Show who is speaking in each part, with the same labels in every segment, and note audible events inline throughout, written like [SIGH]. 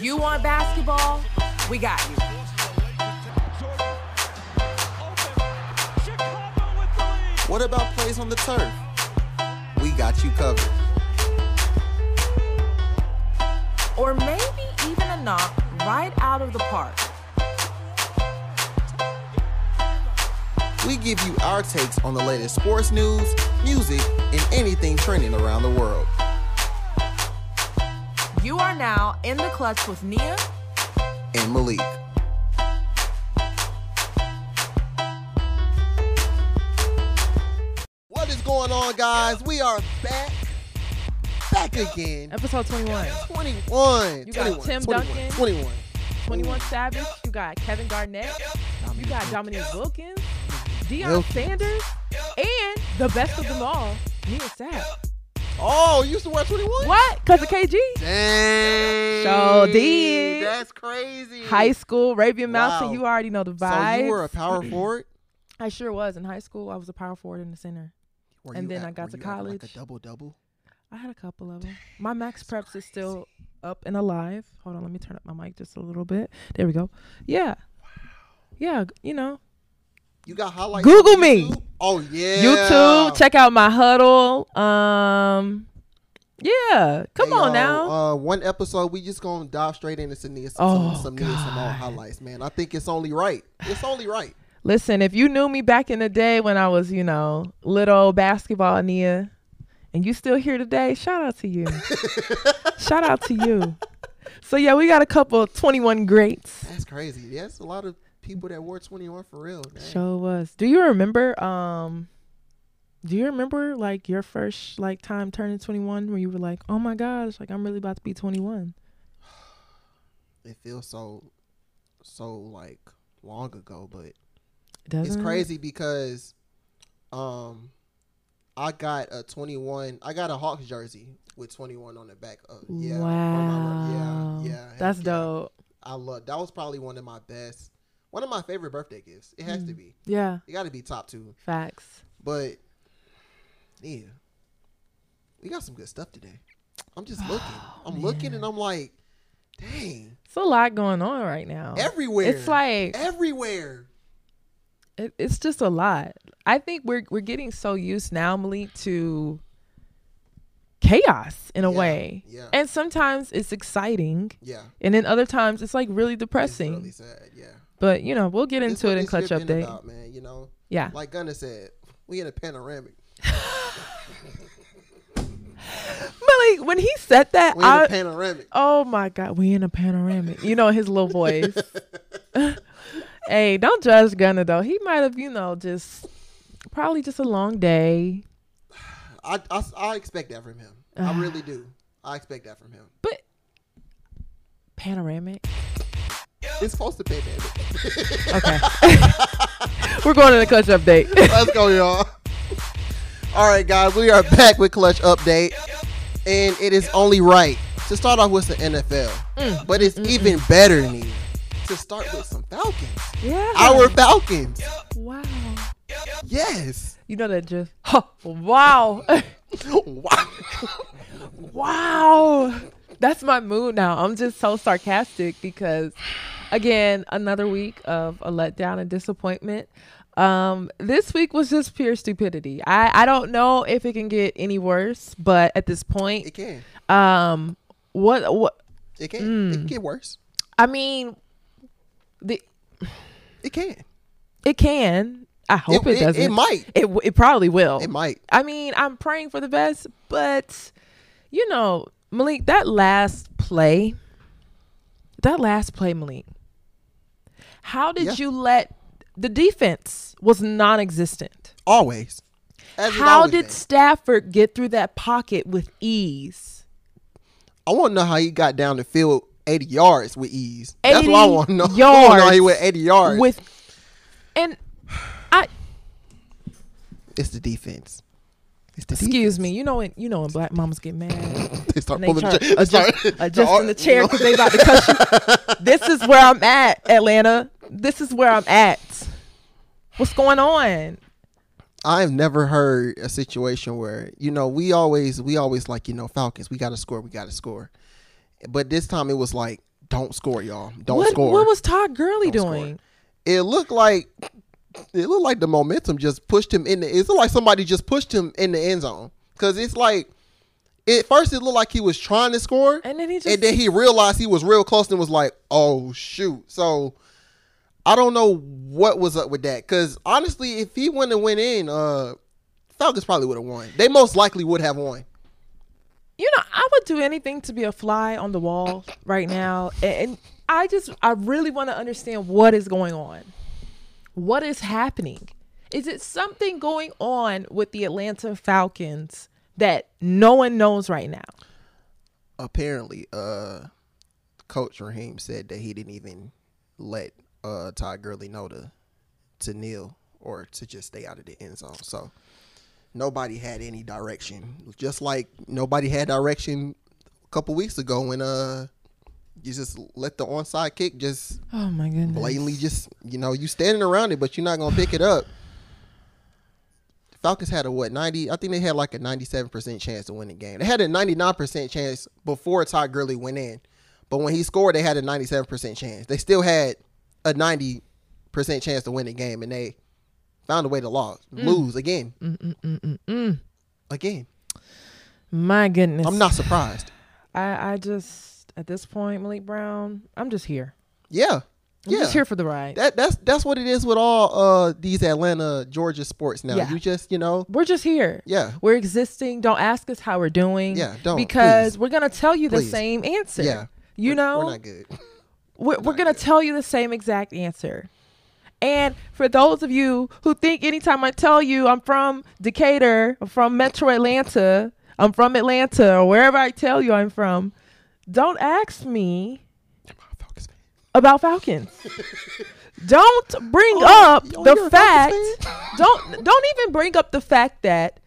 Speaker 1: You want basketball? We got you.
Speaker 2: What about plays on the turf? We got you covered.
Speaker 1: Or maybe even a knock right out of the park.
Speaker 2: We give you our takes on the latest sports news, music, and anything trending around the world.
Speaker 1: You are now in the clutch with Nia
Speaker 2: And Malik. What is going on, guys? We are back. Back again.
Speaker 3: Episode 21.
Speaker 2: 21.
Speaker 3: You got
Speaker 2: 21,
Speaker 3: Tim
Speaker 2: 21,
Speaker 3: Duncan.
Speaker 2: 21.
Speaker 3: 21 Savage. You got Kevin Garnett. You got Dominique Wilkins. Deion
Speaker 2: Wilkins.
Speaker 3: Sanders. And the best of them all, Neil Sapp.
Speaker 2: Oh, you used to wear 21?
Speaker 3: What? Because of KG?
Speaker 2: Dang.
Speaker 3: Sure did.
Speaker 2: That's crazy.
Speaker 3: High school, Ravian Mountain.
Speaker 2: Wow.
Speaker 3: You already know the
Speaker 2: So
Speaker 3: vibe.
Speaker 2: you were
Speaker 3: [CLEARS THROAT]
Speaker 2: a power forward?
Speaker 3: I sure was. In high school, I was a power forward in the center.
Speaker 2: Were
Speaker 3: And
Speaker 2: you
Speaker 3: then
Speaker 2: at-
Speaker 3: I got to
Speaker 2: were you at Like
Speaker 3: college.
Speaker 2: a double double.
Speaker 3: I had a couple of them. My max preps is still up and alive. Hold on, let me turn up my mic just a little bit. There we go. Yeah. Yeah, g- you know,
Speaker 2: You got highlights.
Speaker 3: Google
Speaker 2: on
Speaker 3: me.
Speaker 2: YouTube? Oh yeah.
Speaker 3: YouTube. Check out my huddle. Um, yeah, come
Speaker 2: Hey,
Speaker 3: on
Speaker 2: yo,
Speaker 3: now.
Speaker 2: Uh, one episode, we just gonna dive straight into some Nia, some,
Speaker 3: Oh,
Speaker 2: some, some Nia Simone
Speaker 3: God.
Speaker 2: highlights, man. I think it's only right. It's only right.
Speaker 3: Listen, if you knew me back in the day when I was, you know, little basketball Nia, and you still here today, shout out to
Speaker 2: [LAUGHS]
Speaker 3: you. shout out to you. So yeah, we got a couple of 21 greats.
Speaker 2: That's crazy. Yes, a lot of people that wore twenty one for real. dang.
Speaker 3: Show was. Do you remember? Um, do you remember like your first like time turning 21 where you were like, oh my gosh, like I'm really about to be 21?
Speaker 2: It feels so, so like long ago, but
Speaker 3: Doesn't
Speaker 2: it's
Speaker 3: it?
Speaker 2: crazy because, um, I got a twenty one. I got a Hawks jersey with twenty one on the back. Of, yeah, for my birth-
Speaker 3: wow.
Speaker 2: Yeah, yeah. heck
Speaker 3: That's
Speaker 2: yeah.
Speaker 3: dope.
Speaker 2: I love that was probably one of my best, one of my favorite birthday gifts. It has
Speaker 3: Mm.
Speaker 2: to be.
Speaker 3: Yeah,
Speaker 2: It got to be top two.
Speaker 3: facts.
Speaker 2: But yeah, we got some good stuff today.
Speaker 3: Oh,
Speaker 2: I'm just looking. I'm looking and I'm like, dang,
Speaker 3: It's a lot going on right now.
Speaker 2: everywhere.
Speaker 3: Oh. It's like
Speaker 2: everywhere.
Speaker 3: it, it's just a lot. I think we're we're getting so used now, Malik, to chaos in a
Speaker 2: Yeah,
Speaker 3: way.
Speaker 2: yeah.
Speaker 3: And sometimes it's exciting,
Speaker 2: Yeah.
Speaker 3: and then other times it's like really
Speaker 2: It's
Speaker 3: depressing.
Speaker 2: really sad. Yeah.
Speaker 3: But you know, we'll get
Speaker 2: It's
Speaker 3: into
Speaker 2: what
Speaker 3: it in
Speaker 2: this
Speaker 3: clutch
Speaker 2: year been
Speaker 3: update.
Speaker 2: about, man. You know,
Speaker 3: Yeah.
Speaker 2: like Gunna said, we in a panoramic.
Speaker 3: Malik, when he said that,
Speaker 2: We in
Speaker 3: I
Speaker 2: a panoramic.
Speaker 3: oh my god, we in a panoramic. You know his little
Speaker 2: [LAUGHS]
Speaker 3: voice. hey, don't judge Gunna though. He might have, you know, just probably just a long day.
Speaker 2: I, I I expect that from him.
Speaker 3: Uh-huh.
Speaker 2: I really do. I expect that from him.
Speaker 3: But panoramic.
Speaker 2: It's supposed to pandemic.
Speaker 3: Okay. We're going to the clutch update.
Speaker 2: [LAUGHS] Let's go, y'all. All right, guys, we are back with Clutch Update, and it is only right to start off with the NFL,
Speaker 3: Mm.
Speaker 2: but it's even better Nia, to start with some Falcons.
Speaker 3: [LAUGHS] yeah.
Speaker 2: Our Falcons,
Speaker 3: wow.
Speaker 2: yes. [LAUGHS]
Speaker 3: You know that just [LAUGHS] huh, wow.
Speaker 2: Wow.
Speaker 3: wow. That's my mood now. I'm just so sarcastic because again, another week of a letdown and disappointment. Um, this week was just pure stupidity. I, I don't know if it can get any worse, but at this point,
Speaker 2: It can.
Speaker 3: um, what what
Speaker 2: It can.
Speaker 3: Mm.
Speaker 2: It can get worse.
Speaker 3: I mean, the
Speaker 2: It can.
Speaker 3: It can. I hope it,
Speaker 2: it- it
Speaker 3: doesn't.
Speaker 2: might.
Speaker 3: It w- it probably will.
Speaker 2: It might.
Speaker 3: I mean, I'm praying for the best, but you know, Malik, that last play, that last play, Malik. How did
Speaker 2: Yeah.
Speaker 3: you let the defense was non-existent?
Speaker 2: Always. As it
Speaker 3: How
Speaker 2: always
Speaker 3: did
Speaker 2: been.
Speaker 3: Stafford get through that pocket with ease?
Speaker 2: I want to know how he got down the field 80 yards with ease. That's what I
Speaker 3: 80
Speaker 2: want to know. [LAUGHS] I wanna know how he
Speaker 3: yards
Speaker 2: went 80 yards.
Speaker 3: With and I
Speaker 2: it's the defense. It's the
Speaker 3: excuse me, you know when you know when black mamas get mad.
Speaker 2: [LAUGHS] They start
Speaker 3: And they
Speaker 2: pulling
Speaker 3: try
Speaker 2: the
Speaker 3: to
Speaker 2: chair.
Speaker 3: adjust,
Speaker 2: [LAUGHS] Sorry.
Speaker 3: adjusting
Speaker 2: No,
Speaker 3: the chair
Speaker 2: no.
Speaker 3: because they about to cut you.
Speaker 2: [LAUGHS]
Speaker 3: This is where I'm at, Atlanta. This is where I'm at. What's going on?
Speaker 2: I've never heard a situation where you know we always we always like you know Falcons we got to score we got to score, but this time it was like don't score, y'all. Don't
Speaker 3: what,
Speaker 2: score.
Speaker 3: what was Todd Gurley
Speaker 2: Don't score.
Speaker 3: doing?
Speaker 2: it looked like it looked like the momentum just pushed him in the it looked like somebody just pushed him in the end zone because it's like at first it looked like he was trying to score
Speaker 3: And then he just
Speaker 2: and then he realized he was real close and was like oh shoot so i don't know what was up with that because honestly if he wouldn't have went in uh falcons probably would have won they most likely would have won
Speaker 3: you know, I would do anything to be a fly on the wall right now. And and I just, I really want to understand what is going on. What is happening? Is it something going on with the Atlanta Falcons that no one knows right now?
Speaker 2: apparently uh coach Raheem said that he didn't even let uh Todd Gurley know to to kneel or to just stay out of the end zone. So nobody had any direction. Just like nobody had direction a couple weeks ago when uh you just let the onside kick just
Speaker 3: Oh my goodness.
Speaker 2: blatantly just you know, you standing around it but you're not gonna pick it up. Falcons had a what ninety? I think they had like a ninety-seven percent chance to win the game. They had a ninety-nine percent chance before Todd Gurley went in, but when he scored, they had a ninety-seven percent chance. They still had a ninety percent chance to win the game, and they found a way to lose,
Speaker 3: Mm.
Speaker 2: lose again, again.
Speaker 3: My goodness.
Speaker 2: I'm not surprised.
Speaker 3: I, I just, at this point, Malik Brown, I'm just here.
Speaker 2: Yeah,
Speaker 3: I'm
Speaker 2: yeah.
Speaker 3: just here for the ride.
Speaker 2: that that's that's what it is with all uh these Atlanta Georgia sports now.
Speaker 3: Yeah.
Speaker 2: You just you know
Speaker 3: we're just here.
Speaker 2: Yeah.
Speaker 3: We're existing. Don't ask us how we're doing.
Speaker 2: Yeah, don't,
Speaker 3: Because
Speaker 2: please.
Speaker 3: we're going to tell you the
Speaker 2: Please.
Speaker 3: same answer.
Speaker 2: Yeah.
Speaker 3: You know?
Speaker 2: we're not good. [LAUGHS]
Speaker 3: we're, we're going to tell you the same exact answer. And for those of you who think anytime I tell you I'm from Decatur, I'm from Metro Atlanta, I'm from Atlanta, or wherever I tell you I'm from, don't ask me
Speaker 2: Falcons fan.
Speaker 3: about Falcons. don't bring up
Speaker 2: yo,
Speaker 3: the
Speaker 2: you're a Falcons
Speaker 3: fact.
Speaker 2: fan?
Speaker 3: [LAUGHS] Don't don't even bring up the fact that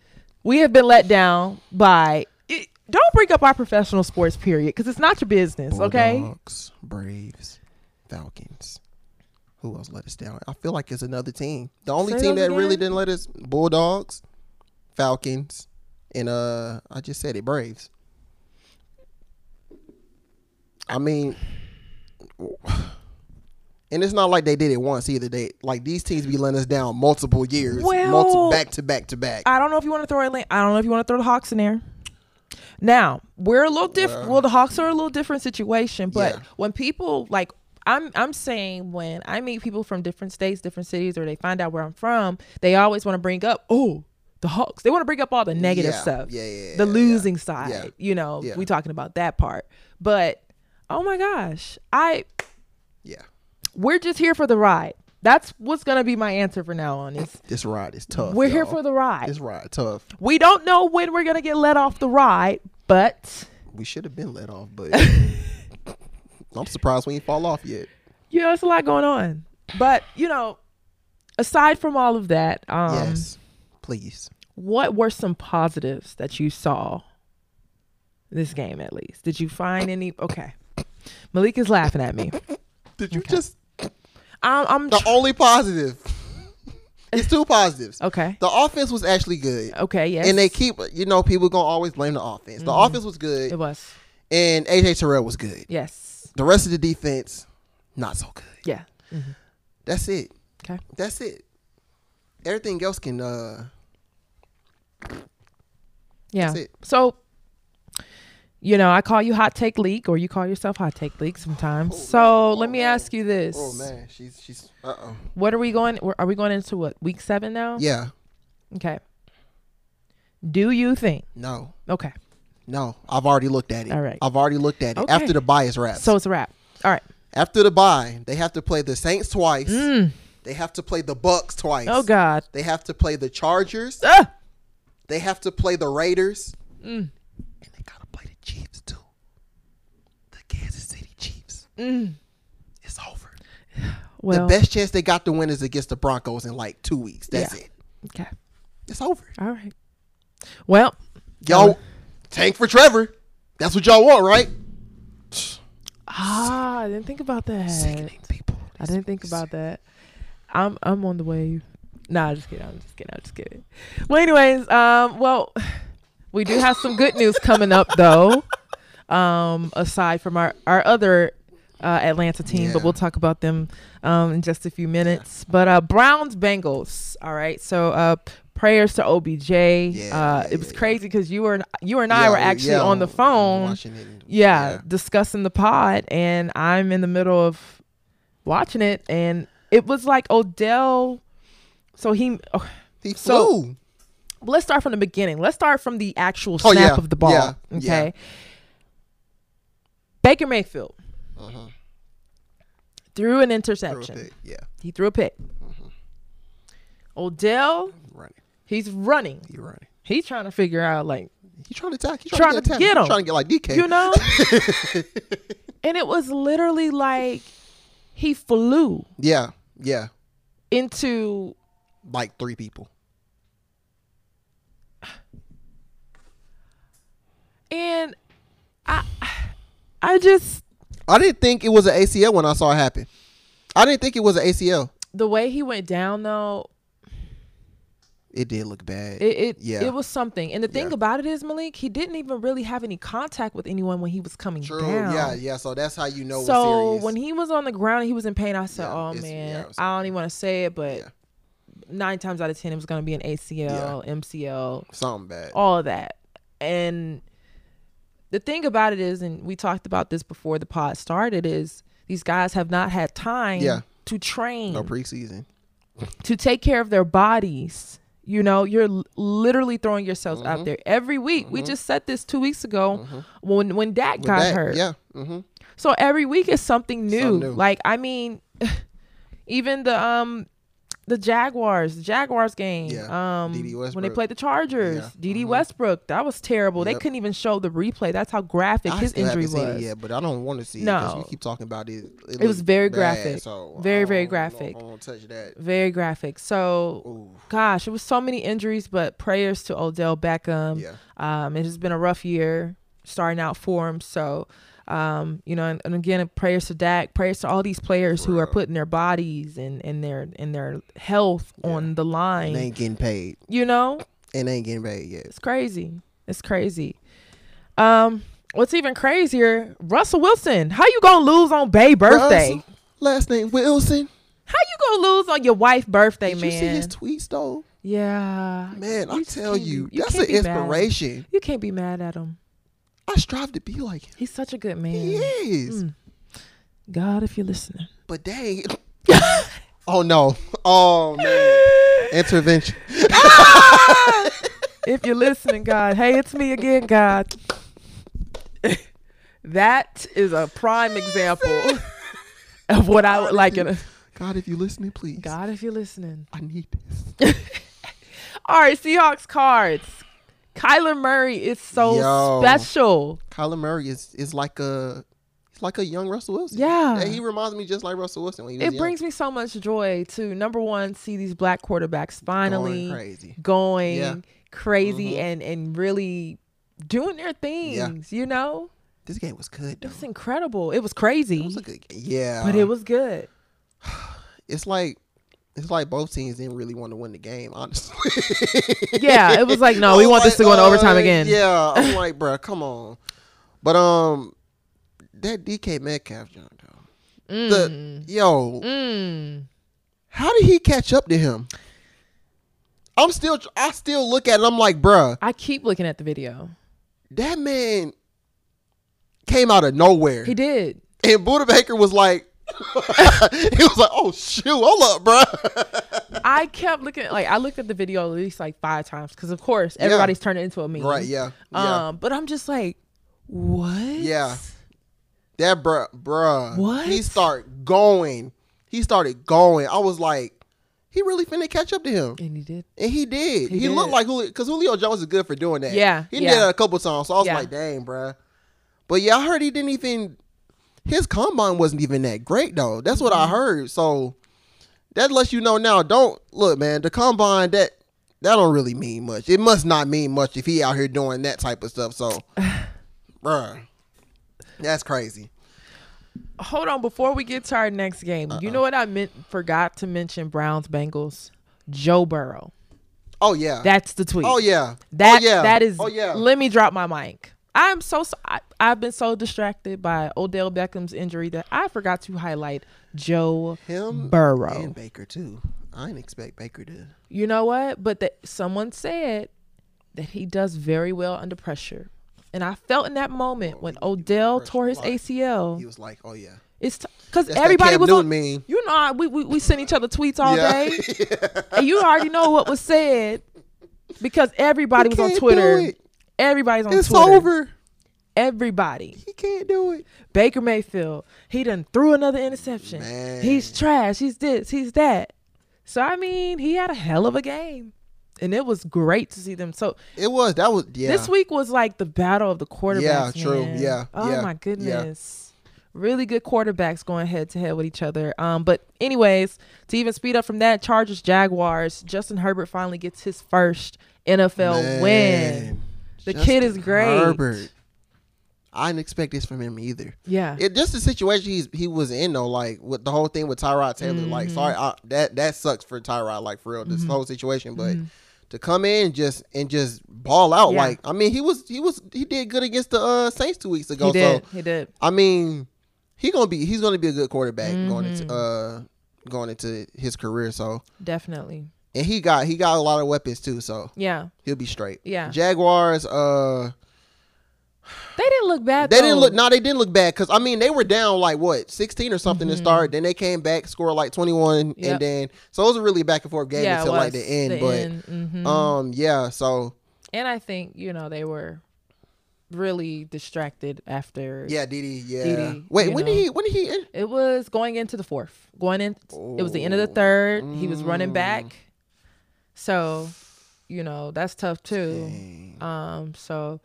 Speaker 3: we have been let down by. it- Don't bring up our professional sports period because it's not your business.
Speaker 2: Oh,
Speaker 3: Okay.
Speaker 2: Bulldogs, Braves, Falcons. Who else let us down? I feel like it's another team. The only
Speaker 3: Say
Speaker 2: team
Speaker 3: those
Speaker 2: that really
Speaker 3: again.
Speaker 2: didn't let us Bulldogs, Falcons, and uh I just said it, Braves. I mean [SIGHS] and it's not like they did it once either. They like these teams be letting us down multiple years, multiple
Speaker 3: Well,
Speaker 2: back to back to back.
Speaker 3: I don't know if you want to throw Atlanta. I don't know if you want to throw the Hawks in there. Now we're a little different. Well, the Hawks are a little different situation, but
Speaker 2: Yeah.
Speaker 3: when people like. I'm, I'm saying when I meet people from different states, different cities, or they find out where I'm from, they always want to bring up, oh, the Hawks. They want to bring up all the negative
Speaker 2: Yeah,
Speaker 3: stuff,
Speaker 2: yeah, yeah,
Speaker 3: the
Speaker 2: yeah,
Speaker 3: losing
Speaker 2: yeah.
Speaker 3: side.
Speaker 2: Yeah.
Speaker 3: You know,
Speaker 2: Yeah.
Speaker 3: we talking about that part. But oh my gosh, I
Speaker 2: yeah.
Speaker 3: we're just here for the ride. That's what's gonna be my answer for now on. Is
Speaker 2: This ride is tough.
Speaker 3: we're here
Speaker 2: y'all.
Speaker 3: for the ride.
Speaker 2: this ride tough.
Speaker 3: We don't know when we're gonna get let off the ride, but
Speaker 2: We should have been let off,
Speaker 3: [LAUGHS]
Speaker 2: but I'm surprised we ain't fall off yet.
Speaker 3: you know it's a lot going on. But you know, aside from all of that, um,
Speaker 2: yes, please.
Speaker 3: what were some positives that you saw this game? At least, did you find any? Okay, Malik is laughing at me.
Speaker 2: Did you just
Speaker 3: I'm, I'm
Speaker 2: the only positive? it's two positives.
Speaker 3: okay.
Speaker 2: The offense was actually good,
Speaker 3: Okay, Oh. yes, Mm-hmm.
Speaker 2: and they keep you know people gonna always blame the offense. The offense was
Speaker 3: it
Speaker 2: good,
Speaker 3: was
Speaker 2: and AJ Terrell was good.
Speaker 3: yes,
Speaker 2: The rest of the defense, not so good.
Speaker 3: yeah,
Speaker 2: That's it.
Speaker 3: okay,
Speaker 2: That's it. Everything else can uh
Speaker 3: yeah.
Speaker 2: That's it.
Speaker 3: So. You know, I call you hot take leak, or you call yourself hot take leak sometimes. so let me ask you this:
Speaker 2: oh man, she's she's uh oh.
Speaker 3: What are we going? Are we going into what week seven now?
Speaker 2: Yeah.
Speaker 3: Okay. Do you think?
Speaker 2: No.
Speaker 3: Okay.
Speaker 2: No. I've already looked at it.
Speaker 3: All right.
Speaker 2: I've already looked at it.
Speaker 3: Okay.
Speaker 2: After the bias wraps.
Speaker 3: So it's a wrap. All right.
Speaker 2: After the bye, they have to play the Saints twice. They have to play the Bucks twice.
Speaker 3: Mm. Oh God.
Speaker 2: They have to play the Chargers.
Speaker 3: Ah!
Speaker 2: They have to play the Raiders.
Speaker 3: Mm.
Speaker 2: And they gotta play the Chiefs too. The Kansas City Chiefs. It's over.
Speaker 3: Mm. Well.
Speaker 2: the best chance they got to win is against the Broncos in like two weeks. That's
Speaker 3: Yeah.
Speaker 2: it.
Speaker 3: Okay.
Speaker 2: It's over.
Speaker 3: All right. Well,
Speaker 2: Y'all tank for Trevor. That's what y'all want, right?
Speaker 3: ah, I didn't think about that.
Speaker 2: Sickening people.
Speaker 3: I didn't think about that. I'm I'm on the wave. Nah, just kidding. I'm just kidding. I'm just kidding. Well, anyways, um, well, [SIGHS] we do
Speaker 2: [LAUGHS]
Speaker 3: have some good news coming up though. Um, aside from our our other uh, Atlanta team,
Speaker 2: Yeah.
Speaker 3: but we'll talk about them um, in just a few minutes. But uh, Browns Bengals. All right, so uh, prayers to OBJ.
Speaker 2: yeah,
Speaker 3: uh, it was
Speaker 2: yeah.
Speaker 3: crazy because you were you and I were
Speaker 2: Yeah,
Speaker 3: actually
Speaker 2: yeah,
Speaker 3: on the phone.
Speaker 2: watching it and-
Speaker 3: yeah, discussing the pod, and I'm in the middle of watching it, and it was like Odell. So he. oh,
Speaker 2: He
Speaker 3: So-
Speaker 2: flew.
Speaker 3: let's start from the beginning. Let's start from the actual
Speaker 2: Oh,
Speaker 3: snap
Speaker 2: yeah,
Speaker 3: of the ball.
Speaker 2: yeah,
Speaker 3: okay. Baker Mayfield
Speaker 2: Uh-huh.
Speaker 3: threw an
Speaker 2: Threw a
Speaker 3: interception.
Speaker 2: pick, Uh-huh. Yeah.
Speaker 3: He threw a pick. Odell,
Speaker 2: Running.
Speaker 3: he's running.
Speaker 2: He running.
Speaker 3: He's trying to figure out like
Speaker 2: He trying to attack. He
Speaker 3: Trying
Speaker 2: trying,
Speaker 3: to
Speaker 2: to
Speaker 3: get
Speaker 2: get
Speaker 3: him.
Speaker 2: him. Trying to get like DK.
Speaker 3: you
Speaker 2: [LAUGHS]
Speaker 3: know. and it was literally like he flew
Speaker 2: Yeah. Yeah.
Speaker 3: into
Speaker 2: Like three people.
Speaker 3: and I I just
Speaker 2: I didn't think it was an ACL when I saw it happen. I didn't think it was an ACL.
Speaker 3: the way he went down though,
Speaker 2: It did look bad.
Speaker 3: It it,
Speaker 2: Yeah.
Speaker 3: it was something. And the thing
Speaker 2: Yeah.
Speaker 3: about it is, Malik, he didn't even really have any contact with anyone when he was coming
Speaker 2: True.
Speaker 3: down.
Speaker 2: Yeah. Yeah. So that's how you know. it's
Speaker 3: So
Speaker 2: serious.
Speaker 3: when he was on the ground and he was in pain, I said,
Speaker 2: Yeah,
Speaker 3: "Oh
Speaker 2: it's- yeah,
Speaker 3: man,
Speaker 2: it's-
Speaker 3: I don't even want to say it, but
Speaker 2: Yeah.
Speaker 3: nine times out of ten, it was going to be an ACL, MCL,
Speaker 2: something bad.
Speaker 3: all of that." And the thing about it is, and we talked about this before the pod started, is these guys have not had time
Speaker 2: Yeah.
Speaker 3: to train
Speaker 2: No preseason.
Speaker 3: to take care of their bodies. You know, you're l- literally throwing yourselves
Speaker 2: Mm-hmm.
Speaker 3: out there every week. We just said this two weeks ago when when Dak
Speaker 2: With
Speaker 3: got
Speaker 2: that,
Speaker 3: hurt.
Speaker 2: Mm-hmm. Yeah. hmm
Speaker 3: So every week is something new.
Speaker 2: Something new.
Speaker 3: Like I mean, [LAUGHS] even the um the Jaguars, the Jaguars game.
Speaker 2: Yeah.
Speaker 3: Um,
Speaker 2: DD
Speaker 3: when they
Speaker 2: Westbrook.
Speaker 3: played the Chargers,
Speaker 2: Yeah.
Speaker 3: DD
Speaker 2: Mm-hmm.
Speaker 3: Westbrook, that was terrible. They
Speaker 2: Yep.
Speaker 3: couldn't even show the replay. That's how graphic
Speaker 2: I
Speaker 3: his
Speaker 2: still
Speaker 3: injury
Speaker 2: haven't seen
Speaker 3: was.
Speaker 2: it yet, but I don't want to see no. it 'cause
Speaker 3: No.
Speaker 2: we keep talking about it.
Speaker 3: It was
Speaker 2: looks
Speaker 3: very
Speaker 2: bad,
Speaker 3: graphic.
Speaker 2: so I
Speaker 3: Very,
Speaker 2: don't
Speaker 3: very
Speaker 2: know if
Speaker 3: graphic.
Speaker 2: I don't touch that.
Speaker 3: Very graphic. So,
Speaker 2: Ooh.
Speaker 3: gosh, it was so many injuries, but prayers to Odell Beckham.
Speaker 2: Yeah.
Speaker 3: Um, it has been a rough year starting out for him. So, um, you know, and, and again, prayers to Dak, prayers to all these players who are putting their bodies and, and their and their health on the line.
Speaker 2: And ain't getting paid.
Speaker 3: You know,
Speaker 2: And ain't getting paid yet.
Speaker 3: it's crazy. It's crazy. Um, what's even crazier, Russell Wilson. How you gonna lose on Bay birthday?
Speaker 2: Russell, last name Wilson.
Speaker 3: How you gonna lose on your wife's birthday,
Speaker 2: Did
Speaker 3: man?
Speaker 2: you see his tweets though?
Speaker 3: yeah,
Speaker 2: Man, I
Speaker 3: You just
Speaker 2: tell
Speaker 3: can't be-
Speaker 2: you, that's
Speaker 3: can't
Speaker 2: an
Speaker 3: be mad.
Speaker 2: inspiration.
Speaker 3: You can't be mad at him.
Speaker 2: I strive to be like him.
Speaker 3: He's such a good man.
Speaker 2: He is.
Speaker 3: Mm. God, if you're listening.
Speaker 2: But dang. [LAUGHS] oh no. Oh man. Intervention. [LAUGHS]
Speaker 3: [LAUGHS] if you're listening, God. Hey, it's me again, God. [LAUGHS] that is a prime [LAUGHS] example of what I would like in a
Speaker 2: God, if you're listening, please.
Speaker 3: [LAUGHS] God if you're listening.
Speaker 2: I need this.
Speaker 3: [LAUGHS] All right, Seahawks cards. Kyler Murray is so
Speaker 2: Yo.
Speaker 3: special.
Speaker 2: Kyler Murray is is like a he's like a young Russell Wilson.
Speaker 3: Yeah.
Speaker 2: he reminds me just like Russell Wilson when he was
Speaker 3: It
Speaker 2: young.
Speaker 3: brings me so much joy to number one, see these black quarterbacks
Speaker 2: Going
Speaker 3: finally
Speaker 2: crazy.
Speaker 3: going
Speaker 2: Yeah. Mm-hmm.
Speaker 3: crazy and and really doing their things you know
Speaker 2: This game was good. Though.
Speaker 3: it's incredible it was crazy
Speaker 2: It was a good game. Yeah,
Speaker 3: but it was good
Speaker 2: It's like it's like both teams didn't really want to win the game. Honestly,
Speaker 3: [LAUGHS] yeah it was like no we
Speaker 2: I'm
Speaker 3: want this to go
Speaker 2: like,
Speaker 3: into overtime
Speaker 2: uh,
Speaker 3: again
Speaker 2: Yeah,
Speaker 3: [LAUGHS]
Speaker 2: I'm like, bruh, come on. But um, that DK Metcalf junk though. The
Speaker 3: Mm-hmm.
Speaker 2: yo,
Speaker 3: mm.
Speaker 2: how did he catch up to him? I'm still, I still look at it. I'm like, bruh,
Speaker 3: i keep looking at the video
Speaker 2: that man came out of nowhere.
Speaker 3: he did
Speaker 2: and Buda Baker was like, [LAUGHS] he was like, oh shoot, hold up, bruh. [LAUGHS]
Speaker 3: i kept looking at, like i looked at the video at least like five times because of course everybody's turned it into a meme
Speaker 2: right, yeah, yeah.
Speaker 3: um but i'm just like what
Speaker 2: Yeah. that bruh, bruh.
Speaker 3: What?
Speaker 2: He started going. He started going. I was like, he really finna catch up to him.
Speaker 3: and he did
Speaker 2: And he did.
Speaker 3: He
Speaker 2: He, looked
Speaker 3: did.
Speaker 2: like Julio, because Julio Jones is good for doing that.
Speaker 3: Yeah,
Speaker 2: He
Speaker 3: yeah.
Speaker 2: did it a couple times. So I was
Speaker 3: Yeah.
Speaker 2: like, dang, bruh. But yeah, I heard he didn't even, his combine wasn't even that great, though. That's what
Speaker 3: Mm-hmm.
Speaker 2: I heard. So that lets you know now, don't, look, man, the combine, that, that don't really mean much. It must not mean much if he out here doing that type of stuff. So, [SIGHS] bruh, that's crazy.
Speaker 3: hold on before we get to our next game
Speaker 2: Uh-uh.
Speaker 3: you know what i meant forgot to mention browns bengals joe burrow
Speaker 2: Oh, yeah.
Speaker 3: That's the tweet.
Speaker 2: oh, yeah.
Speaker 3: That
Speaker 2: oh, yeah.
Speaker 3: that is
Speaker 2: Oh, yeah.
Speaker 3: let me drop my mic. I'm so, so I, I've been so distracted by Odell Beckham's injury that I forgot to highlight Joe
Speaker 2: Him
Speaker 3: Burrow.
Speaker 2: and Baker too. I didn't expect Baker to.
Speaker 3: You know what? But that someone said that he does very well under pressure. And I felt in that moment when Odell
Speaker 2: Oh, pressure
Speaker 3: tore
Speaker 2: a
Speaker 3: his
Speaker 2: lot.
Speaker 3: ACL,
Speaker 2: He was like, "Oh yeah,
Speaker 3: it's because
Speaker 2: That's that
Speaker 3: everybody
Speaker 2: Cam
Speaker 3: was
Speaker 2: Newton
Speaker 3: on.
Speaker 2: meme.
Speaker 3: You know, I- we, we we sent each other tweets all
Speaker 2: yeah."
Speaker 3: day,
Speaker 2: [LAUGHS]
Speaker 3: and you already know what was said because everybody
Speaker 2: He
Speaker 3: was on
Speaker 2: can't do
Speaker 3: Twitter.
Speaker 2: it.
Speaker 3: Everybody's on
Speaker 2: it's
Speaker 3: Twitter.
Speaker 2: over.
Speaker 3: Everybody.
Speaker 2: He can't do it."
Speaker 3: Baker Mayfield. He done threw another interception.
Speaker 2: Man.
Speaker 3: He's trash. He's this. He's that. So I mean, he had a hell of a game, and it was great to see them. So
Speaker 2: It was that was yeah.
Speaker 3: this week was like the battle of the quarterbacks.
Speaker 2: Yeah, true.
Speaker 3: man.
Speaker 2: Yeah,
Speaker 3: Oh
Speaker 2: yeah,
Speaker 3: my
Speaker 2: yeah.
Speaker 3: goodness. Really good quarterbacks going head to head with each other. Um, but anyways, to even speed up from that, Chargers Jaguars. Justin Herbert finally gets his first NFL win.
Speaker 2: Man,
Speaker 3: The
Speaker 2: Justin
Speaker 3: kid is great.
Speaker 2: Herbert. I didn't expect this from him either.
Speaker 3: Yeah.
Speaker 2: It just the situation he's he was in though, like with the whole thing with Tyrod Taylor.
Speaker 3: Mm-hmm.
Speaker 2: Like, sorry, I, that that sucks for Tyrod. Like for real, this whole situation. But to come in and just and just ball out,
Speaker 3: Mm-hmm. Yeah.
Speaker 2: like I mean, he was he was he did good against the uh, Saints two weeks ago.
Speaker 3: he did.
Speaker 2: So
Speaker 3: he did.
Speaker 2: I mean, he gonna be he's gonna be a good quarterback going
Speaker 3: Mm-hmm.
Speaker 2: into uh going into his career. So
Speaker 3: Definitely.
Speaker 2: and he got he got a lot of weapons too. So
Speaker 3: Yeah.
Speaker 2: he'll be straight.
Speaker 3: Yeah.
Speaker 2: Jaguars. Uh.
Speaker 3: They didn't look bad.
Speaker 2: They didn't
Speaker 3: though.
Speaker 2: look. No, they didn't look bad because I mean they were down like what sixteen or something to start. Then they came back, scored like twenty one,
Speaker 3: Mm-hmm. Yep.
Speaker 2: and then so it was a really back and forth game
Speaker 3: Yeah, it
Speaker 2: until like
Speaker 3: was.
Speaker 2: the end.
Speaker 3: The
Speaker 2: but
Speaker 3: end, mhm.
Speaker 2: um, yeah. So
Speaker 3: and I think you know they were really distracted after.
Speaker 2: yeah, Didi. Yeah.
Speaker 3: Didi,
Speaker 2: Wait,
Speaker 3: you
Speaker 2: when
Speaker 3: know.
Speaker 2: did he? When did he? In?
Speaker 3: It was going into the fourth. Going in, it was the end of the
Speaker 2: Oh,
Speaker 3: third. He was
Speaker 2: mm.
Speaker 3: running back, so you know that's tough too. Um, so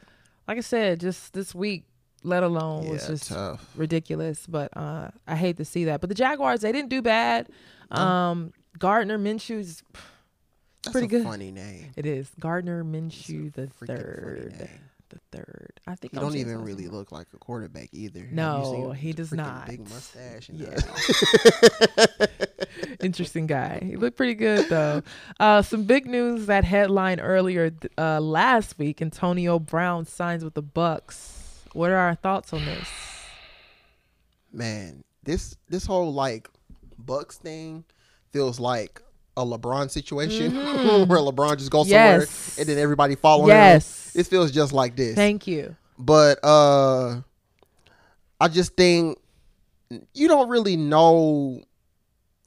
Speaker 3: like I said, just this week, let alone was
Speaker 2: Yeah,
Speaker 3: just
Speaker 2: tough.
Speaker 3: ridiculous. But uh, I hate to see that. But the Jaguars, they didn't do bad.
Speaker 2: Uh-huh.
Speaker 3: Um, Gardner Minshew's
Speaker 2: That's
Speaker 3: pretty
Speaker 2: a
Speaker 3: good.
Speaker 2: Funny name.
Speaker 3: It is Gardner Minshew the
Speaker 2: freaking funny
Speaker 3: third.
Speaker 2: name.
Speaker 3: The third. I think
Speaker 2: He
Speaker 3: I'm
Speaker 2: don't
Speaker 3: saying
Speaker 2: even
Speaker 3: something.
Speaker 2: really look like a quarterback either. Have you
Speaker 3: No,
Speaker 2: seen him
Speaker 3: he
Speaker 2: with the
Speaker 3: does
Speaker 2: freaking
Speaker 3: not.
Speaker 2: Big mustache. And
Speaker 3: Yeah.
Speaker 2: yeah.
Speaker 3: interesting guy. He looked pretty good
Speaker 2: [LAUGHS]
Speaker 3: though. Uh, some big news that headline earlier th- uh, last week: Antonio Brown signs with the Bucks. What are our thoughts on this?
Speaker 2: man, this this whole like Bucks thing feels like a LeBron situation [LAUGHS] where LeBron just goes
Speaker 3: Mm-hmm. Yes.
Speaker 2: somewhere and then everybody follows
Speaker 3: Yes.
Speaker 2: him. It feels just like this.
Speaker 3: Thank you.
Speaker 2: but uh I just think you don't really know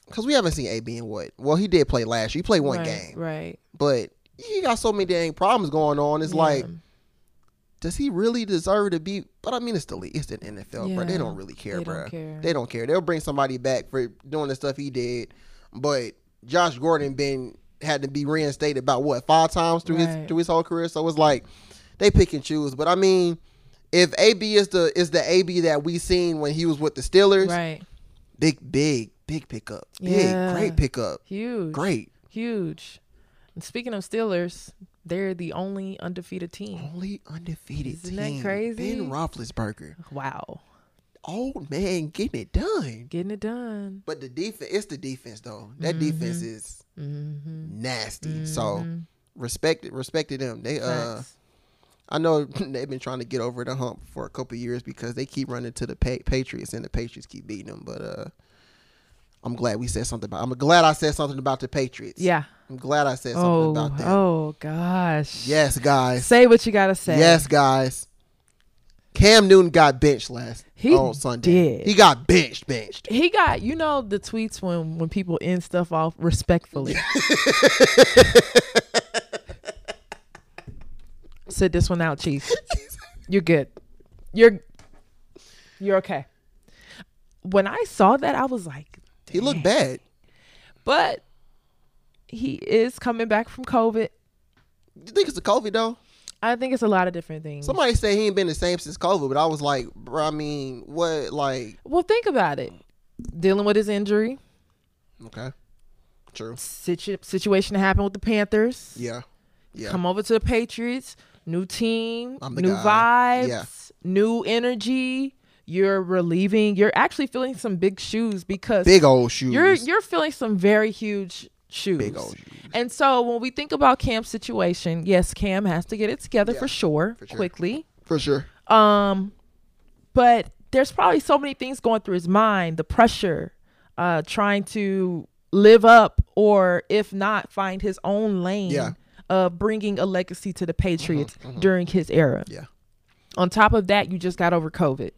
Speaker 2: because we haven't seen AB in what. Well, he did play last year. He played one
Speaker 3: right,
Speaker 2: game,
Speaker 3: Right.
Speaker 2: but he got so many dang problems going on. It's
Speaker 3: Yeah.
Speaker 2: like, does he really deserve to be? But I mean, it's the league. It's the NFL,
Speaker 3: Yeah.
Speaker 2: bro. They don't really care,
Speaker 3: They
Speaker 2: bro.
Speaker 3: don't care.
Speaker 2: They don't care. They'll bring somebody back for doing the stuff he did. But Josh Gordon been had to be reinstated about what five times through
Speaker 3: Right.
Speaker 2: his through his whole career. So it's like they pick and choose. But I mean, if AB is the is the AB that we seen when he was with the Steelers,
Speaker 3: Right.
Speaker 2: big big big pickup, big
Speaker 3: Yeah.
Speaker 2: great pickup,
Speaker 3: Huge.
Speaker 2: great.
Speaker 3: Huge. And speaking of Steelers, they're the only undefeated team.
Speaker 2: Only undefeated
Speaker 3: Isn't that
Speaker 2: team.
Speaker 3: crazy?
Speaker 2: Ben Roethlisberger,
Speaker 3: Wow.
Speaker 2: old man, getting it done.
Speaker 3: Getting it done.
Speaker 2: But the defense, it's the defense though. That
Speaker 3: Mm-hmm.
Speaker 2: defense is nasty. So respected, respected them. They uh,
Speaker 3: Facts.
Speaker 2: I know [LAUGHS] they've been trying to get over the hump for a couple years because they keep running to the pa- Patriots and the Patriots keep beating them. But uh, I'm glad we said something about. I'm glad I said something about the Patriots.
Speaker 3: yeah.
Speaker 2: I'm glad I said something
Speaker 3: Oh.
Speaker 2: about that.
Speaker 3: Oh gosh.
Speaker 2: Yes, guys.
Speaker 3: Say what you gotta say.
Speaker 2: Yes, guys. Cam Newton got benched last
Speaker 3: He
Speaker 2: on Sunday.
Speaker 3: did.
Speaker 2: He got benched,
Speaker 3: [LAUGHS]
Speaker 2: benched.
Speaker 3: he got you know the tweets when when people end stuff off
Speaker 2: [LAUGHS]
Speaker 3: respectfully sit this one out chief you're good you're you're okay when i saw that i was like
Speaker 2: He looked bad.
Speaker 3: but he is coming back from covid
Speaker 2: You think it's the COVID though?
Speaker 3: i think it's a lot of different things
Speaker 2: Somebody say he ain't been the same since COVID, but I was like, bro, I mean, what? Like,
Speaker 3: well think about it dealing with his injury
Speaker 2: okay, true,
Speaker 3: situ- situation that happened with the panthers
Speaker 2: yeah, yeah,
Speaker 3: come over to the Patriots. New team,
Speaker 2: I'm the
Speaker 3: new
Speaker 2: guy.
Speaker 3: vibes,
Speaker 2: Yeah.
Speaker 3: new energy. You're relieving. You're actually feeling some big shoes because
Speaker 2: big old shoes.
Speaker 3: you're you're feeling some very huge shoes.
Speaker 2: Big old shoes.
Speaker 3: And so when we think about Cam's situation, yes, Cam has to get it together for, sure,
Speaker 2: sure.
Speaker 3: quickly.
Speaker 2: for sure.
Speaker 3: Um, but there's probably so many things going through his mind the pressure, uh, trying to live up, or if not, find his own lane
Speaker 2: Yeah. Mm-hmm,
Speaker 3: of bringing a legacy to the Patriots during his era.
Speaker 2: Yeah.
Speaker 3: On top of that, you just got over COVID.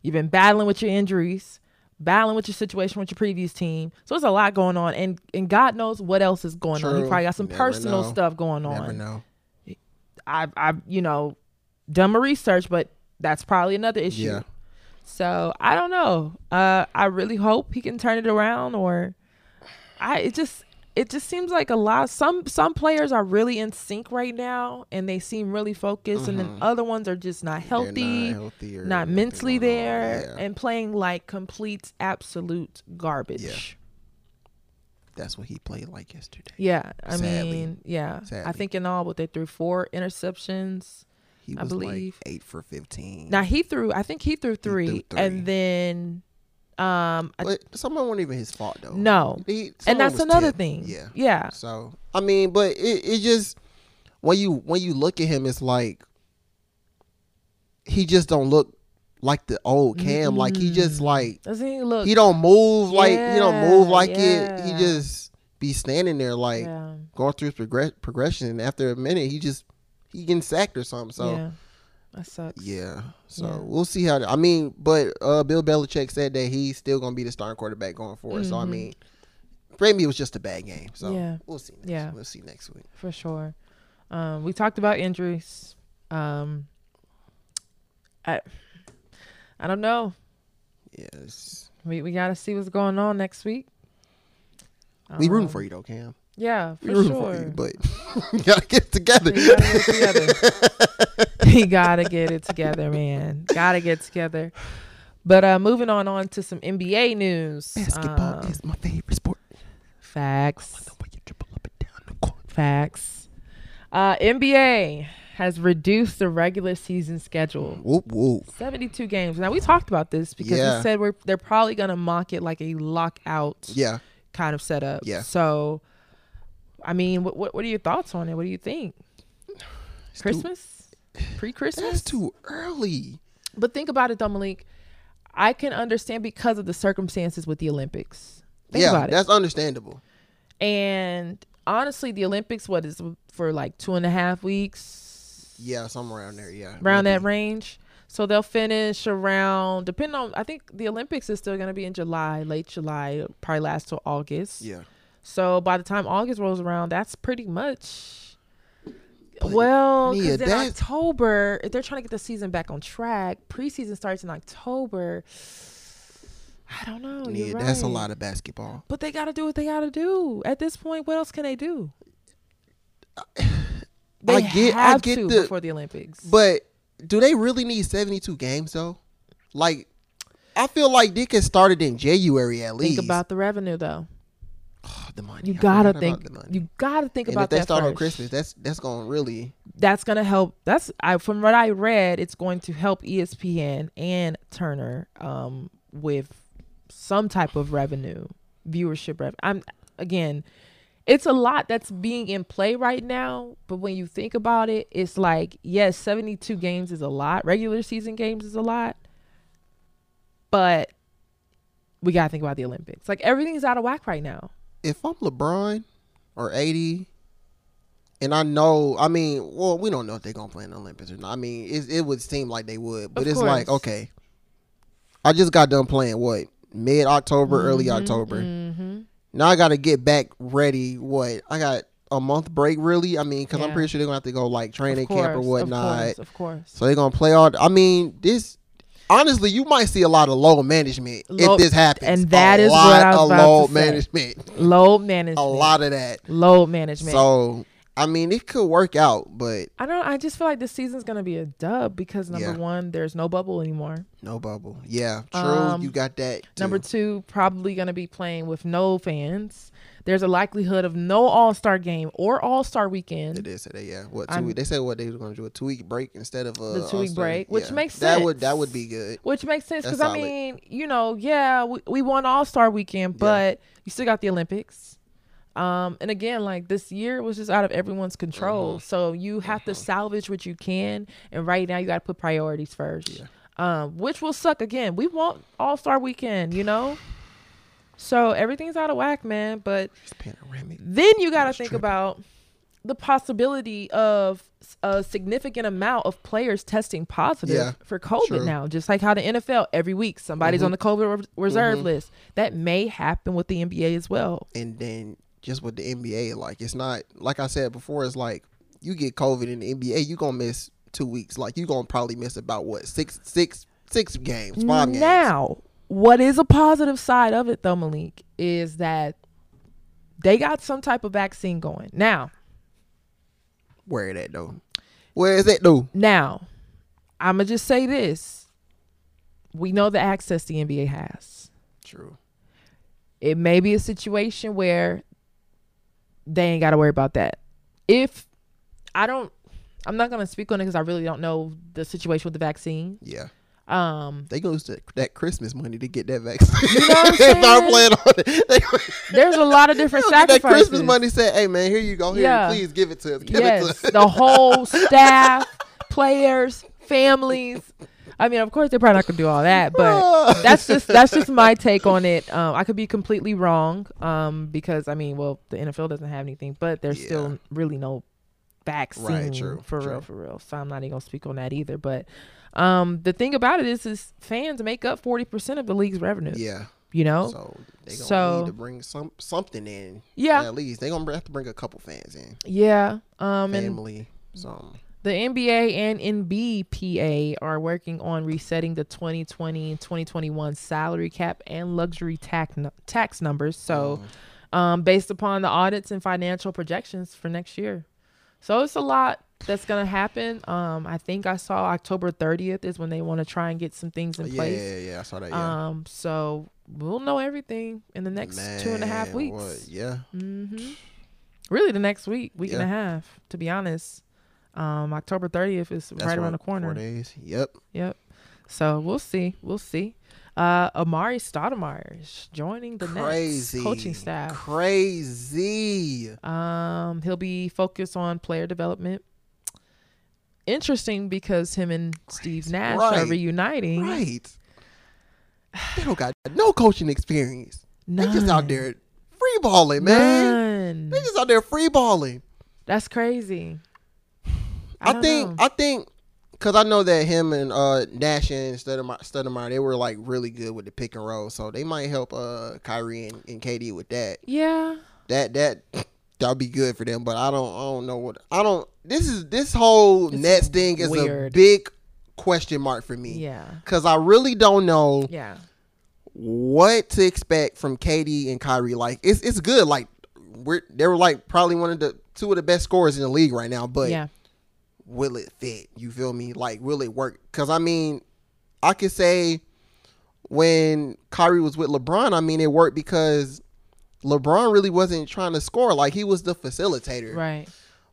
Speaker 3: You've been battling with your injuries, battling with your situation with your previous team. So there's a lot going on, and and God knows what else is going on. He
Speaker 2: True.
Speaker 3: probably got some
Speaker 2: Never
Speaker 3: personal
Speaker 2: know.
Speaker 3: stuff going on.
Speaker 2: Never know.
Speaker 3: I've I've you know done my research, but that's probably another issue.
Speaker 2: Yeah.
Speaker 3: So I don't know. Uh, I really hope he can turn it around, or I it just it just seems like a lot. Some some players are really in sync right now, and they seem really focused, and then other ones are just not
Speaker 2: Mm-hmm. They're
Speaker 3: healthy,
Speaker 2: Not,
Speaker 3: not,
Speaker 2: healthy or nothing
Speaker 3: mentally
Speaker 2: going on.
Speaker 3: there,
Speaker 2: Yeah.
Speaker 3: and playing like complete absolute garbage.
Speaker 2: That's what he played like yesterday.
Speaker 3: Yeah, I
Speaker 2: Sadly.
Speaker 3: mean, yeah. I
Speaker 2: Sadly.
Speaker 3: think in all, what they threw four interceptions.
Speaker 2: He
Speaker 3: I
Speaker 2: was like
Speaker 3: believe.
Speaker 2: eight for fifteen.
Speaker 3: Now he threw. I think he threw three,
Speaker 2: three.
Speaker 3: and then um I,
Speaker 2: but some of them weren't even his fault though.
Speaker 3: no,
Speaker 2: He- some of them
Speaker 3: and that's
Speaker 2: was
Speaker 3: another
Speaker 2: tipped.
Speaker 3: thing.
Speaker 2: Yeah.
Speaker 3: yeah,
Speaker 2: So I mean, but it, it just when you when you look at him, it's like he just don't look like the old Cam. Like he just like
Speaker 3: Doesn't he look?
Speaker 2: he don't move like he don't move
Speaker 3: Yeah,
Speaker 2: like it. He
Speaker 3: yeah.
Speaker 2: just be standing there like
Speaker 3: yeah,
Speaker 2: going through his progress, progression. And after a minute, he just he getting sacked or something. So
Speaker 3: yeah, that sucks.
Speaker 2: Yeah. So
Speaker 3: Yeah.
Speaker 2: we'll see how. I mean, but uh, Bill Belichick said that he's still going to be the starting quarterback going forward. So I mean, for me, it was just a bad game. So
Speaker 3: Mm-hmm. Yeah.
Speaker 2: we'll see. Next.
Speaker 3: Yeah.
Speaker 2: We'll see next week.
Speaker 3: for sure. Um, we talked about injuries. Um, I, I don't know.
Speaker 2: Yes.
Speaker 3: We we gotta see what's going on next week.
Speaker 2: We
Speaker 3: Um,
Speaker 2: rooting for you though, Cam.
Speaker 3: Yeah,
Speaker 2: We
Speaker 3: for
Speaker 2: rooting
Speaker 3: sure.
Speaker 2: for you, but [LAUGHS] you gotta get
Speaker 3: [LAUGHS]
Speaker 2: it together.
Speaker 3: He gotta get it
Speaker 2: [LAUGHS]
Speaker 3: together. he gotta get it together, man. Gotta get together. But uh, moving on on to some NBA news.
Speaker 2: Basketball
Speaker 3: Um,
Speaker 2: is my favorite sport.
Speaker 3: facts.
Speaker 2: The way you dribble up and down the court.
Speaker 3: Facts. Uh, NBA has reduced the regular season schedule.
Speaker 2: Whoop whoop.
Speaker 3: 72 games. Now, we talked about this because
Speaker 2: Yeah.
Speaker 3: we said we're, they're probably going to mock it like a lockout
Speaker 2: Yeah.
Speaker 3: kind of setup.
Speaker 2: Yeah.
Speaker 3: So, I mean, what, what, what are your thoughts on it? What do you think?
Speaker 2: It's too-
Speaker 3: Christmas?
Speaker 2: [SIGHS]
Speaker 3: Pre Christmas?
Speaker 2: That's too early.
Speaker 3: But think about it, though, Malik. I can understand because of the circumstances with the Olympics. Think
Speaker 2: yeah,
Speaker 3: about it.
Speaker 2: that's understandable.
Speaker 3: And honestly, the Olympics, what is for like two and a half weeks?
Speaker 2: Yeah, somewhere around there. Yeah,
Speaker 3: around that
Speaker 2: maybe.
Speaker 3: range. So they'll finish around, depending on, I think the Olympics is still going to be in July, late July, probably last till August.
Speaker 2: Yeah,
Speaker 3: So by the time August rolls around, that's pretty much.
Speaker 2: But,
Speaker 3: well,
Speaker 2: Nia,
Speaker 3: because in
Speaker 2: that-
Speaker 3: October, if they're trying to get the season back on track, preseason starts in October. I don't know. You're
Speaker 2: yeah, that's a
Speaker 3: right.
Speaker 2: lot of basketball.
Speaker 3: But they got to do what they got to do. At this point, what else can they do?
Speaker 2: [SIGHS]
Speaker 3: They
Speaker 2: I get- I
Speaker 3: have
Speaker 2: get
Speaker 3: to
Speaker 2: the-
Speaker 3: before the Olympics.
Speaker 2: But do they really need 72 games though? Like, I feel like they could start it in January at least.
Speaker 3: Think about the revenue though.
Speaker 2: Oh, [SIGHS] the money.
Speaker 3: You
Speaker 2: I
Speaker 3: gotta
Speaker 2: forgot about
Speaker 3: think.
Speaker 2: the money.
Speaker 3: You gotta think
Speaker 2: and
Speaker 3: about
Speaker 2: if they
Speaker 3: that
Speaker 2: start on
Speaker 3: first.
Speaker 2: Christmas, that's that's going to really.
Speaker 3: That's gonna help. That's I from what I read. It's going to help E ESPN and Turner um, with some type of revenue, viewership revenue. I'm again, it's a lot that's being in play right now. But when you think about it, it's like yes, seventy two games is a lot. Regular season games is a lot, but we gotta think about the Olympics. Like everything's out of whack right now.
Speaker 2: If I'm LeBron or 80, and I know, I mean, well, we don't know if they're going to play in the Olympics or not. I mean, it, it would seem like they would, but
Speaker 3: Of
Speaker 2: it's like,
Speaker 3: course.
Speaker 2: okay, I just got done playing what? Mid October, early October.
Speaker 3: Mm-hmm.
Speaker 2: Now I gotta get back ready. What I got a month break really? I mean, because I'm
Speaker 3: Yeah.
Speaker 2: pretty sure they're gonna have to go like training camp or
Speaker 3: Of
Speaker 2: whatnot.
Speaker 3: course, of course.
Speaker 2: So they're gonna play all. I mean, this honestly, you might see a lot of low management
Speaker 3: Low-
Speaker 2: if this happens.
Speaker 3: and that
Speaker 2: a
Speaker 3: is
Speaker 2: lot
Speaker 3: what I was
Speaker 2: of
Speaker 3: about
Speaker 2: low
Speaker 3: to say.
Speaker 2: management.
Speaker 3: Load management.
Speaker 2: A lot of that.
Speaker 3: Load management.
Speaker 2: So I mean, it could work out, but
Speaker 3: I don't. I just feel like this season's gonna be a dub because number
Speaker 2: Yeah.
Speaker 3: one, there's no bubble anymore.
Speaker 2: no bubble. Yeah, true.
Speaker 3: Um,
Speaker 2: you got that. too.
Speaker 3: Number two, probably gonna be playing with no fans. There's a likelihood of no All Star game or All Star
Speaker 2: They
Speaker 3: weekend.
Speaker 2: did say that, yeah. What two?
Speaker 3: I'm-
Speaker 2: week- they said what they were going to do a two week break instead of a
Speaker 3: The two-week
Speaker 2: All-Star.
Speaker 3: break, which makes
Speaker 2: That would that would be
Speaker 3: sense.
Speaker 2: good.
Speaker 3: Which makes sense
Speaker 2: That's
Speaker 3: because I
Speaker 2: solid.
Speaker 3: mean, you know, yeah, we, we won All Star Weekend, but you still got the Olympics. Um, and again, like this year was just out of everyone's control.
Speaker 2: Mm-hmm.
Speaker 3: So you have to salvage what you can. And right now, you got to put priorities first, um, which will suck again. We want All Star Weekend, you know? So everything's out of whack, man. But
Speaker 2: It's panoramic.
Speaker 3: then you got to think about the possibility of s- a significant amount of players testing positive
Speaker 2: Yeah,
Speaker 3: for COVID
Speaker 2: true. Mm-hmm.
Speaker 3: now, just like how the NFL every week somebody's on the COVID re- reserve list. That may happen with the NBA as well.
Speaker 2: and then just with the NBA, like it's not like I said before, it's like you get COVID in the NBA, you gonna miss two weeks. Like you gonna probably miss about what six, six, six games, five games.
Speaker 3: Now, what is a positive side of it though, Malik, is that they got some type of vaccine going. Now,
Speaker 2: Where it at though? Where is it though?
Speaker 3: now, I'ma just say this. We know the access the NBA has.
Speaker 2: True.
Speaker 3: it may be a situation where they ain't got to worry about that. If I don't, I'm not gonna speak on it because I really don't know the situation with the vaccine.
Speaker 2: Yeah,
Speaker 3: Um,
Speaker 2: they gonna use that, that Christmas money to get that vaccine.
Speaker 3: know what
Speaker 2: [LAUGHS]
Speaker 3: I'm
Speaker 2: They Start
Speaker 3: saying?
Speaker 2: playing on it. They gonna
Speaker 3: there's a
Speaker 2: [LAUGHS]
Speaker 3: lot of different
Speaker 2: get that
Speaker 3: sacrifices.
Speaker 2: Christmas money. Said, hey man, here you go. Here,
Speaker 3: Yeah.
Speaker 2: please give it to us. Give it
Speaker 3: Yes,
Speaker 2: to us.
Speaker 3: the whole staff, players, families. I mean, of course, they're probably not gonna do all that,
Speaker 2: [LAUGHS] Oh, Ah.
Speaker 3: but that's just that's just my take on it. Um, I could be completely wrong, um, because I mean, well, the NFL doesn't have anything, but there's
Speaker 2: Yeah.
Speaker 3: still really no vaccine
Speaker 2: true,
Speaker 3: for
Speaker 2: true.
Speaker 3: real, for real. So I'm not even gonna speak on that either. But um, the thing about it is, is fans make up forty percent of the league's revenue.
Speaker 2: Yeah.
Speaker 3: You know,
Speaker 2: So they gonna
Speaker 3: Oh. So-
Speaker 2: need to bring some something in.
Speaker 3: Yeah.
Speaker 2: At least they gonna have to bring a couple fans in.
Speaker 3: yeah. Um, and
Speaker 2: Family. Some.
Speaker 3: The NBA and NBPA are working on resetting the 2020 and 2021 salary cap and luxury tax nu- tax numbers. So,
Speaker 2: Mm.
Speaker 3: um, based upon the audits and financial projections for next year, so it's a lot that's gonna happen. Um, I think I saw October 30th is when they want to try and get some things in
Speaker 2: Yeah,
Speaker 3: place.
Speaker 2: yeah, yeah. I saw that. Yeah.
Speaker 3: Um, so we'll know everything in the next two and a half
Speaker 2: Man,
Speaker 3: weeks. Mm,
Speaker 2: what- yeah.
Speaker 3: Really, the next week, week and
Speaker 2: Yeah.
Speaker 3: a half, to be honest. Um, October 30th is
Speaker 2: That's
Speaker 3: right around the
Speaker 2: what- Four
Speaker 3: corner.
Speaker 2: days. Yep.
Speaker 3: Yep. So we'll see. We'll see. Uh, Amari Stoudemire is joining the next
Speaker 2: Crazy.
Speaker 3: Nets coaching staff.
Speaker 2: Crazy.
Speaker 3: Um, he'll be focused on player development. Interesting because him and Steve Nash are
Speaker 2: Right.
Speaker 3: reuniting.
Speaker 2: Right. They don't got no coaching experience. They just out
Speaker 3: None.
Speaker 2: there free balling, man.
Speaker 3: None.
Speaker 2: They just out there free balling.
Speaker 3: That's crazy.
Speaker 2: I,
Speaker 3: don't
Speaker 2: think
Speaker 3: know.
Speaker 2: I think because I know that him and uh Nash and Stoudemire, Stoudemire, they were like really good with the pick and roll, so they might help uh Kyrie and, and KD with that.
Speaker 3: yeah.
Speaker 2: That that that'll be good for them. But I don't I don't know what I don't. This is this whole Nets thing is a
Speaker 3: weird.
Speaker 2: big question mark for me.
Speaker 3: Yeah.
Speaker 2: Cause I really don't know
Speaker 3: Yeah.
Speaker 2: what to expect from KD and Kyrie. Like it's it's good. Like we're they were like probably one of the two of the best scorers in the league right now. But
Speaker 3: Yeah.
Speaker 2: will it fit? You feel me? Like, will it work? Because I mean, I could say when Kyrie was with LeBron, I mean, it worked because LeBron really wasn't trying to score. Like, he was the facilitator.
Speaker 3: Right.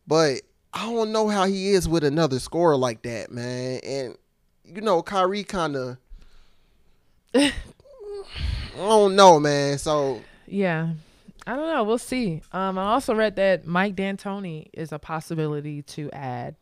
Speaker 2: But I don't know how he is with another scorer like that, man. And, you know, Kyrie
Speaker 3: [LAUGHS]
Speaker 2: kind of. I don't know, man. So,
Speaker 3: Yeah. I don't know. We'll see. Um, I also read that Mike D'Antoni is a possibility to add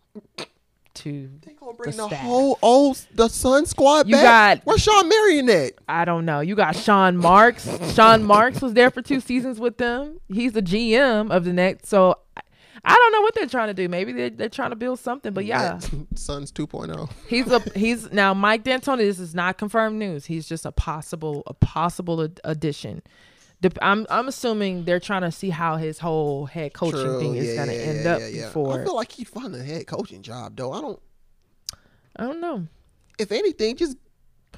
Speaker 3: to.
Speaker 2: they going to bring
Speaker 3: The
Speaker 2: the,
Speaker 3: staff.
Speaker 2: whole old the Sun squad
Speaker 3: You
Speaker 2: back.
Speaker 3: got-
Speaker 2: Where's Sean Marion at?
Speaker 3: I don't know. You got Sean Marks. Sean Marks was there for two seasons with them. He's the GM of the Nets. So I, I don't know what they're trying to do. Maybe they're, they're trying to build something. But yeah,
Speaker 2: [LAUGHS] Suns oh. 2.0.
Speaker 3: he's a he's now Mike D'Antoni. This is not confirmed news. He's just a possible a possible ad- addition. Dep- I'm I'm assuming they're trying to see how his whole head coaching
Speaker 2: True.
Speaker 3: thing is
Speaker 2: Yeah,
Speaker 3: going to
Speaker 2: yeah,
Speaker 3: end
Speaker 2: yeah,
Speaker 3: up
Speaker 2: yeah, yeah.
Speaker 3: before.
Speaker 2: I feel like he'd find a head coaching job though. I don't.
Speaker 3: I don't know.
Speaker 2: If anything, just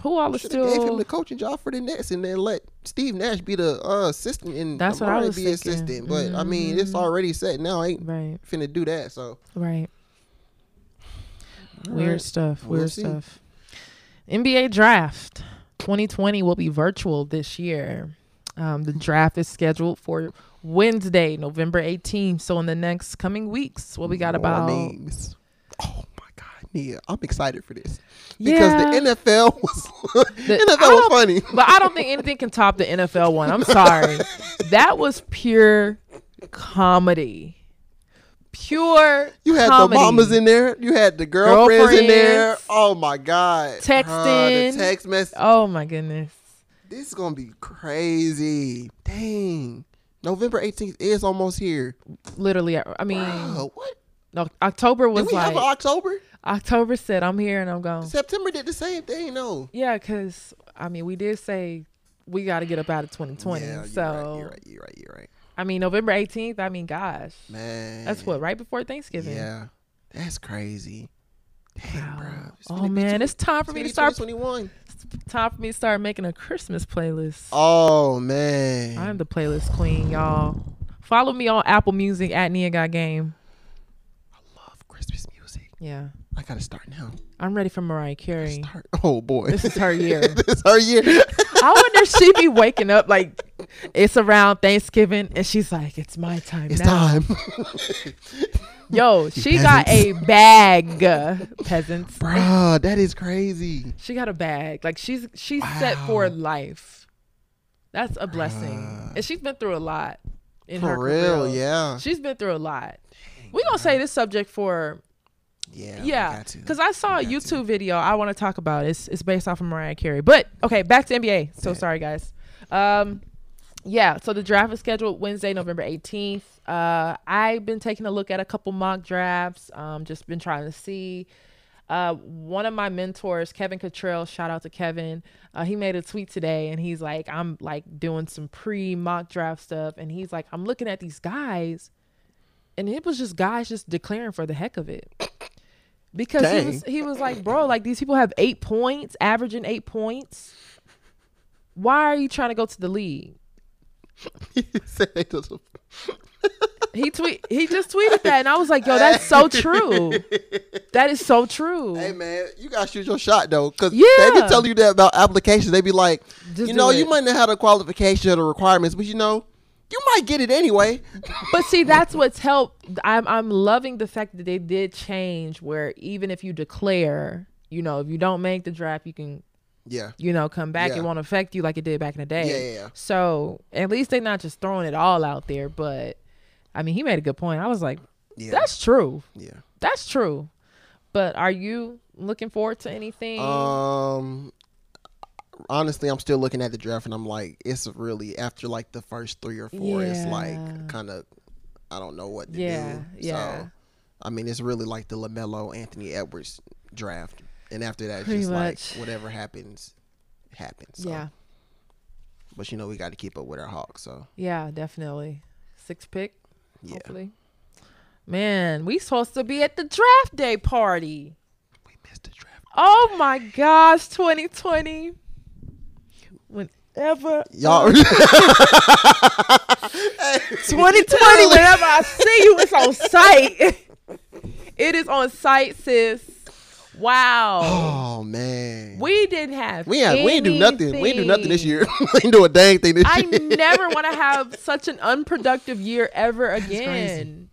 Speaker 3: Who all is
Speaker 2: should have gave him
Speaker 3: still?
Speaker 2: the coaching job for the Nets, and then let Steve Nash be the uh, assistant and
Speaker 3: That's what I
Speaker 2: LeBron
Speaker 3: was
Speaker 2: be
Speaker 3: thinking. Mm-hmm.
Speaker 2: assistant. But I mean, it's already set now. I ain't
Speaker 3: Right,
Speaker 2: finna do that. So
Speaker 3: right. Weird
Speaker 2: Alright,
Speaker 3: stuff.
Speaker 2: we'll
Speaker 3: Weird
Speaker 2: see.
Speaker 3: stuff. NBA draft 2020 will be virtual this year. Um, the draft is scheduled for Wednesday, November 18th. So in the next coming weeks, what we got about?
Speaker 2: Mornings. Oh my god, Nia, I'm excited for this
Speaker 3: Yeah.
Speaker 2: because the NFL [LAUGHS] was
Speaker 3: I
Speaker 2: NFL was
Speaker 3: don't-
Speaker 2: funny.
Speaker 3: But I don't think anything can top the NFL one. I'm sorry. that was pure comedy. Pure
Speaker 2: You had
Speaker 3: comedy.
Speaker 2: the mamas in there. You had the girlfriends, in there.
Speaker 3: Girlfriends.
Speaker 2: Oh my god. Bruh,
Speaker 3: Texting.
Speaker 2: the text message.
Speaker 3: Oh my goodness.
Speaker 2: This is gonna be crazy. Dang. November 18th is almost here.
Speaker 3: Literally I I mean
Speaker 2: Bruh, what?
Speaker 3: no, October
Speaker 2: Did
Speaker 3: was
Speaker 2: we
Speaker 3: like
Speaker 2: have an October?
Speaker 3: October said I'm here and I'm gone.
Speaker 2: September did the same thing. No.
Speaker 3: Yeah, cuz I mean we did say we got to get up out of 2020.
Speaker 2: Yeah, you're
Speaker 3: so
Speaker 2: right, you're right. You're right. You're right.
Speaker 3: I mean November 18th, I mean gosh.
Speaker 2: Man.
Speaker 3: That's what right before Thanksgiving.
Speaker 2: Yeah. That's crazy. Dang,
Speaker 3: Wow.
Speaker 2: bruh. It's
Speaker 3: Oh
Speaker 2: finna be
Speaker 3: man,
Speaker 2: tw-
Speaker 3: it's time for me to start
Speaker 2: 2021.
Speaker 3: time for me to start making a Christmas playlist.
Speaker 2: Oh man.
Speaker 3: I'm the playlist queen, y'all. Follow me on Apple Music at Nia Got Game.
Speaker 2: love Christmas music.
Speaker 3: Yeah.
Speaker 2: I gotta start now.
Speaker 3: I'm ready for Mariah Carey.
Speaker 2: Start. [LAUGHS] Oh boy.
Speaker 3: This is her year.
Speaker 2: [LAUGHS] this her year.
Speaker 3: I wonder if she be waking up like it's around Thanksgiving and she's like, It's my time
Speaker 2: [LAUGHS] It's
Speaker 3: now. [LAUGHS]
Speaker 2: time.
Speaker 3: Yo, she
Speaker 2: You
Speaker 3: got a bag peasants.
Speaker 2: Bruh, that is crazy.
Speaker 3: She got a bag. Like she's she's set for
Speaker 2: Wow. Ah.
Speaker 3: life. That's a blessing. And she's been through a lot in
Speaker 2: For
Speaker 3: her
Speaker 2: real,
Speaker 3: career.
Speaker 2: yeah.
Speaker 3: She's been through a lot. We're gonna say this subject for
Speaker 2: Yeah. we
Speaker 3: yeah,
Speaker 2: got to. [LAUGHS]
Speaker 3: because I saw a
Speaker 2: got
Speaker 3: YouTube video I want to talk about. It's it's based off of Mariah Carey. But okay, back to NBA. So sorry guys. Um, yeah. So the draft is scheduled Wednesday, November eighteenth. Uh, I've been taking a look at a couple mock drafts. Um, just been trying to see. Uh, one of my mentors, Kevin Cottrell, shout out to Kevin. Uh, he made a tweet today, and he's like, "I'm like doing some pre mock draft stuff," and he's like, "I'm looking at these guys, and it was just guys just declaring for the heck of it." Because he
Speaker 2: Dang.
Speaker 3: was, he was like, bro, like these people have eight points, averaging eight points. Why are you trying to go to the league?
Speaker 2: Said they just-
Speaker 3: [LAUGHS] He tweet he just tweeted that and I was like, yo, that's so true. That is so true.
Speaker 2: Hey man, you gotta shoot your shot though, cause they
Speaker 3: Yeah.
Speaker 2: be telling you that about applications. They be like,
Speaker 3: Just
Speaker 2: you
Speaker 3: do
Speaker 2: know,
Speaker 3: it.
Speaker 2: you might not have the qualification or the requirements, but you know, you might get it anyway. [LAUGHS]
Speaker 3: But see, that's what's helped. I'm I'm loving the fact that they did change where even if you declare, you know, if you don't make the draft, you can,
Speaker 2: yeah,
Speaker 3: you know, come back.
Speaker 2: Yeah.
Speaker 3: It won't affect you like it did back in the day.
Speaker 2: Yeah, yeah, yeah.
Speaker 3: So at least they're not just throwing it all out there. But I mean, he made a good point. I was like,
Speaker 2: yeah,
Speaker 3: that's true.
Speaker 2: yeah.
Speaker 3: That's true. But are you looking forward to anything?
Speaker 2: Um, honestly, I'm still looking at the draft, and I'm like, it's really after like the first three or four, it's
Speaker 3: Yeah.
Speaker 2: like kind of, I don't know what to
Speaker 3: Yeah,
Speaker 2: do.
Speaker 3: yeah.
Speaker 2: So, I mean, it's really like the Lamelo Anthony Edwards draft, and after that, it's
Speaker 3: Pretty
Speaker 2: just
Speaker 3: much.
Speaker 2: like whatever happens, happens. So,
Speaker 3: yeah.
Speaker 2: But you know, we got to keep up with our Hawks, so
Speaker 3: Yeah, definitely. Six pick,
Speaker 2: yeah,
Speaker 3: hopefully. Man, we supposed to be at the draft day party.
Speaker 2: we missed the draft.
Speaker 3: Oh my gosh, 2020. Whenever
Speaker 2: Y'all,
Speaker 3: 2020,
Speaker 2: [LAUGHS]
Speaker 3: whenever I see you, it's on site. [LAUGHS] it is on site, sis. Wow.
Speaker 2: [LAUGHS] oh man,
Speaker 3: We didn't have
Speaker 2: we ain't we ain't do nothing. We ain't do nothing this
Speaker 3: anything.
Speaker 2: year. [LAUGHS] we ain't do a dang thing this [LAUGHS]
Speaker 3: I
Speaker 2: year.
Speaker 3: never want to have such an unproductive year ever again.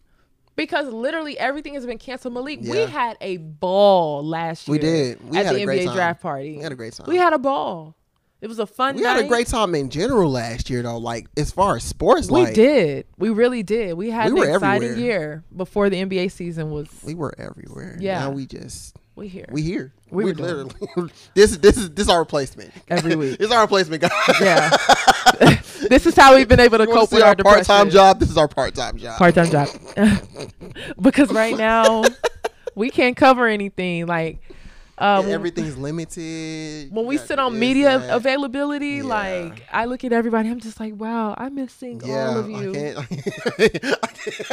Speaker 3: Because literally everything has been canceled. Malik, we
Speaker 2: Yeah.
Speaker 3: had a ball last year.
Speaker 2: We did. We
Speaker 3: at
Speaker 2: had
Speaker 3: the
Speaker 2: a
Speaker 3: NBA
Speaker 2: great time.
Speaker 3: draft party.
Speaker 2: We had a great time.
Speaker 3: We had a ball. It was a fun
Speaker 2: we
Speaker 3: night.
Speaker 2: had a great time in general last year though like as far as sports
Speaker 3: We
Speaker 2: like
Speaker 3: did. We really did. We had
Speaker 2: We
Speaker 3: an
Speaker 2: were
Speaker 3: exciting
Speaker 2: everywhere.
Speaker 3: year before the NBA season was.
Speaker 2: we were everywhere
Speaker 3: Yeah.
Speaker 2: yeah now we just
Speaker 3: We here.
Speaker 2: we here
Speaker 3: We
Speaker 2: we
Speaker 3: were doing
Speaker 2: literally [LAUGHS] this is this is this our replacement [LAUGHS]
Speaker 3: Every week.
Speaker 2: it's our replacement guys
Speaker 3: yeah. [LAUGHS] this is how we've been able to
Speaker 2: [LAUGHS] You wanna
Speaker 3: cope
Speaker 2: see
Speaker 3: with our
Speaker 2: our part-time
Speaker 3: depression.
Speaker 2: job this is our part-time job
Speaker 3: part time job. [LAUGHS] because [LAUGHS] right
Speaker 2: [LAUGHS]
Speaker 3: now we can't cover anything. Like uh,
Speaker 2: Yeah, everything's limited
Speaker 3: when we
Speaker 2: You got
Speaker 3: sit on
Speaker 2: this,
Speaker 3: media
Speaker 2: that.
Speaker 3: availability,
Speaker 2: Yeah.
Speaker 3: like I look at everybody, I'm just like, wow, I'm missing
Speaker 2: yeah
Speaker 3: all of
Speaker 2: I
Speaker 3: you.
Speaker 2: can't, [LAUGHS] I can't.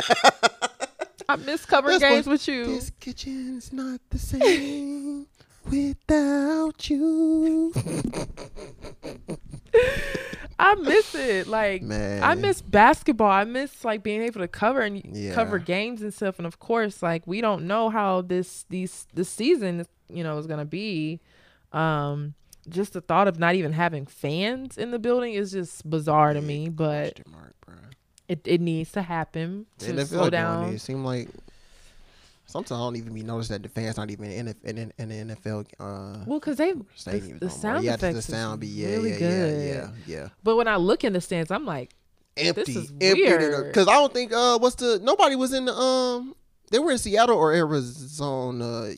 Speaker 3: I miss covering
Speaker 2: That's
Speaker 3: games
Speaker 2: what-
Speaker 3: with you.
Speaker 2: This kitchen's not the
Speaker 3: [LAUGHS]
Speaker 2: same without you.
Speaker 3: I miss it. Like I
Speaker 2: Man.
Speaker 3: miss basketball. I miss like being able to cover and
Speaker 2: Yeah.
Speaker 3: cover games and stuff. And of course, like we don't know how this these this season you know is gonna be. Um, just the thought of not even having fans in the building is just bizarre to me. But
Speaker 2: Question mark, bruh.
Speaker 3: it, it needs to happen
Speaker 2: The
Speaker 3: to
Speaker 2: NFL
Speaker 3: slow
Speaker 2: doing
Speaker 3: down.
Speaker 2: It seems like sometimes I don't even be noticed that the fans not even in the- in, in, in the NFL. Uh,
Speaker 3: Well, because they the,
Speaker 2: stadiums
Speaker 3: the
Speaker 2: no more.
Speaker 3: sound
Speaker 2: yeah,
Speaker 3: effects
Speaker 2: the sound be yeah,
Speaker 3: really
Speaker 2: yeah,
Speaker 3: good.
Speaker 2: yeah, yeah, yeah.
Speaker 3: But when I look in the stands, I'm like,
Speaker 2: empty,
Speaker 3: is
Speaker 2: empty.
Speaker 3: weird.
Speaker 2: Because I don't think uh, what's the nobody was in the um. They were in Seattle or Arizona.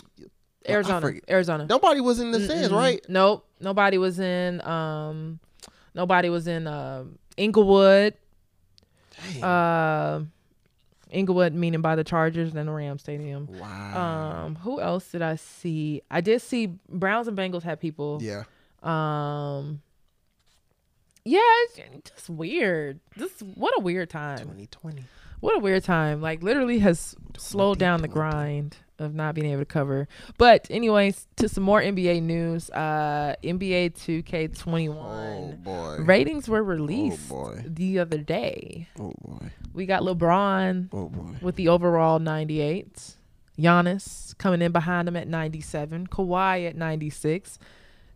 Speaker 3: Arizona,
Speaker 2: forget-
Speaker 3: Arizona.
Speaker 2: Nobody was in the stands,
Speaker 3: Mm-mm.
Speaker 2: right?
Speaker 3: Nope. Nobody was in. Um, nobody was in. Um, Inglewood.
Speaker 2: Dang.
Speaker 3: Uh, Inglewood, meaning by the Chargers and the Ram Stadium.
Speaker 2: wow.
Speaker 3: Um, who else did I see? I did see Browns and Bengals had people.
Speaker 2: yeah.
Speaker 3: Um. Yeah, it's just weird. Just what a weird time.
Speaker 2: 2020.
Speaker 3: What a weird time. Like literally has slowed down the grind of not being able to cover. But anyways, to some more NBA news. Uh, NBA 2K21
Speaker 2: Oh boy. Oh,
Speaker 3: ratings were released
Speaker 2: boy.
Speaker 3: the other day.
Speaker 2: Oh boy.
Speaker 3: We got LeBron
Speaker 2: Oh boy.
Speaker 3: with the overall 98. Giannis coming in behind him at 97. Kawhi at 96.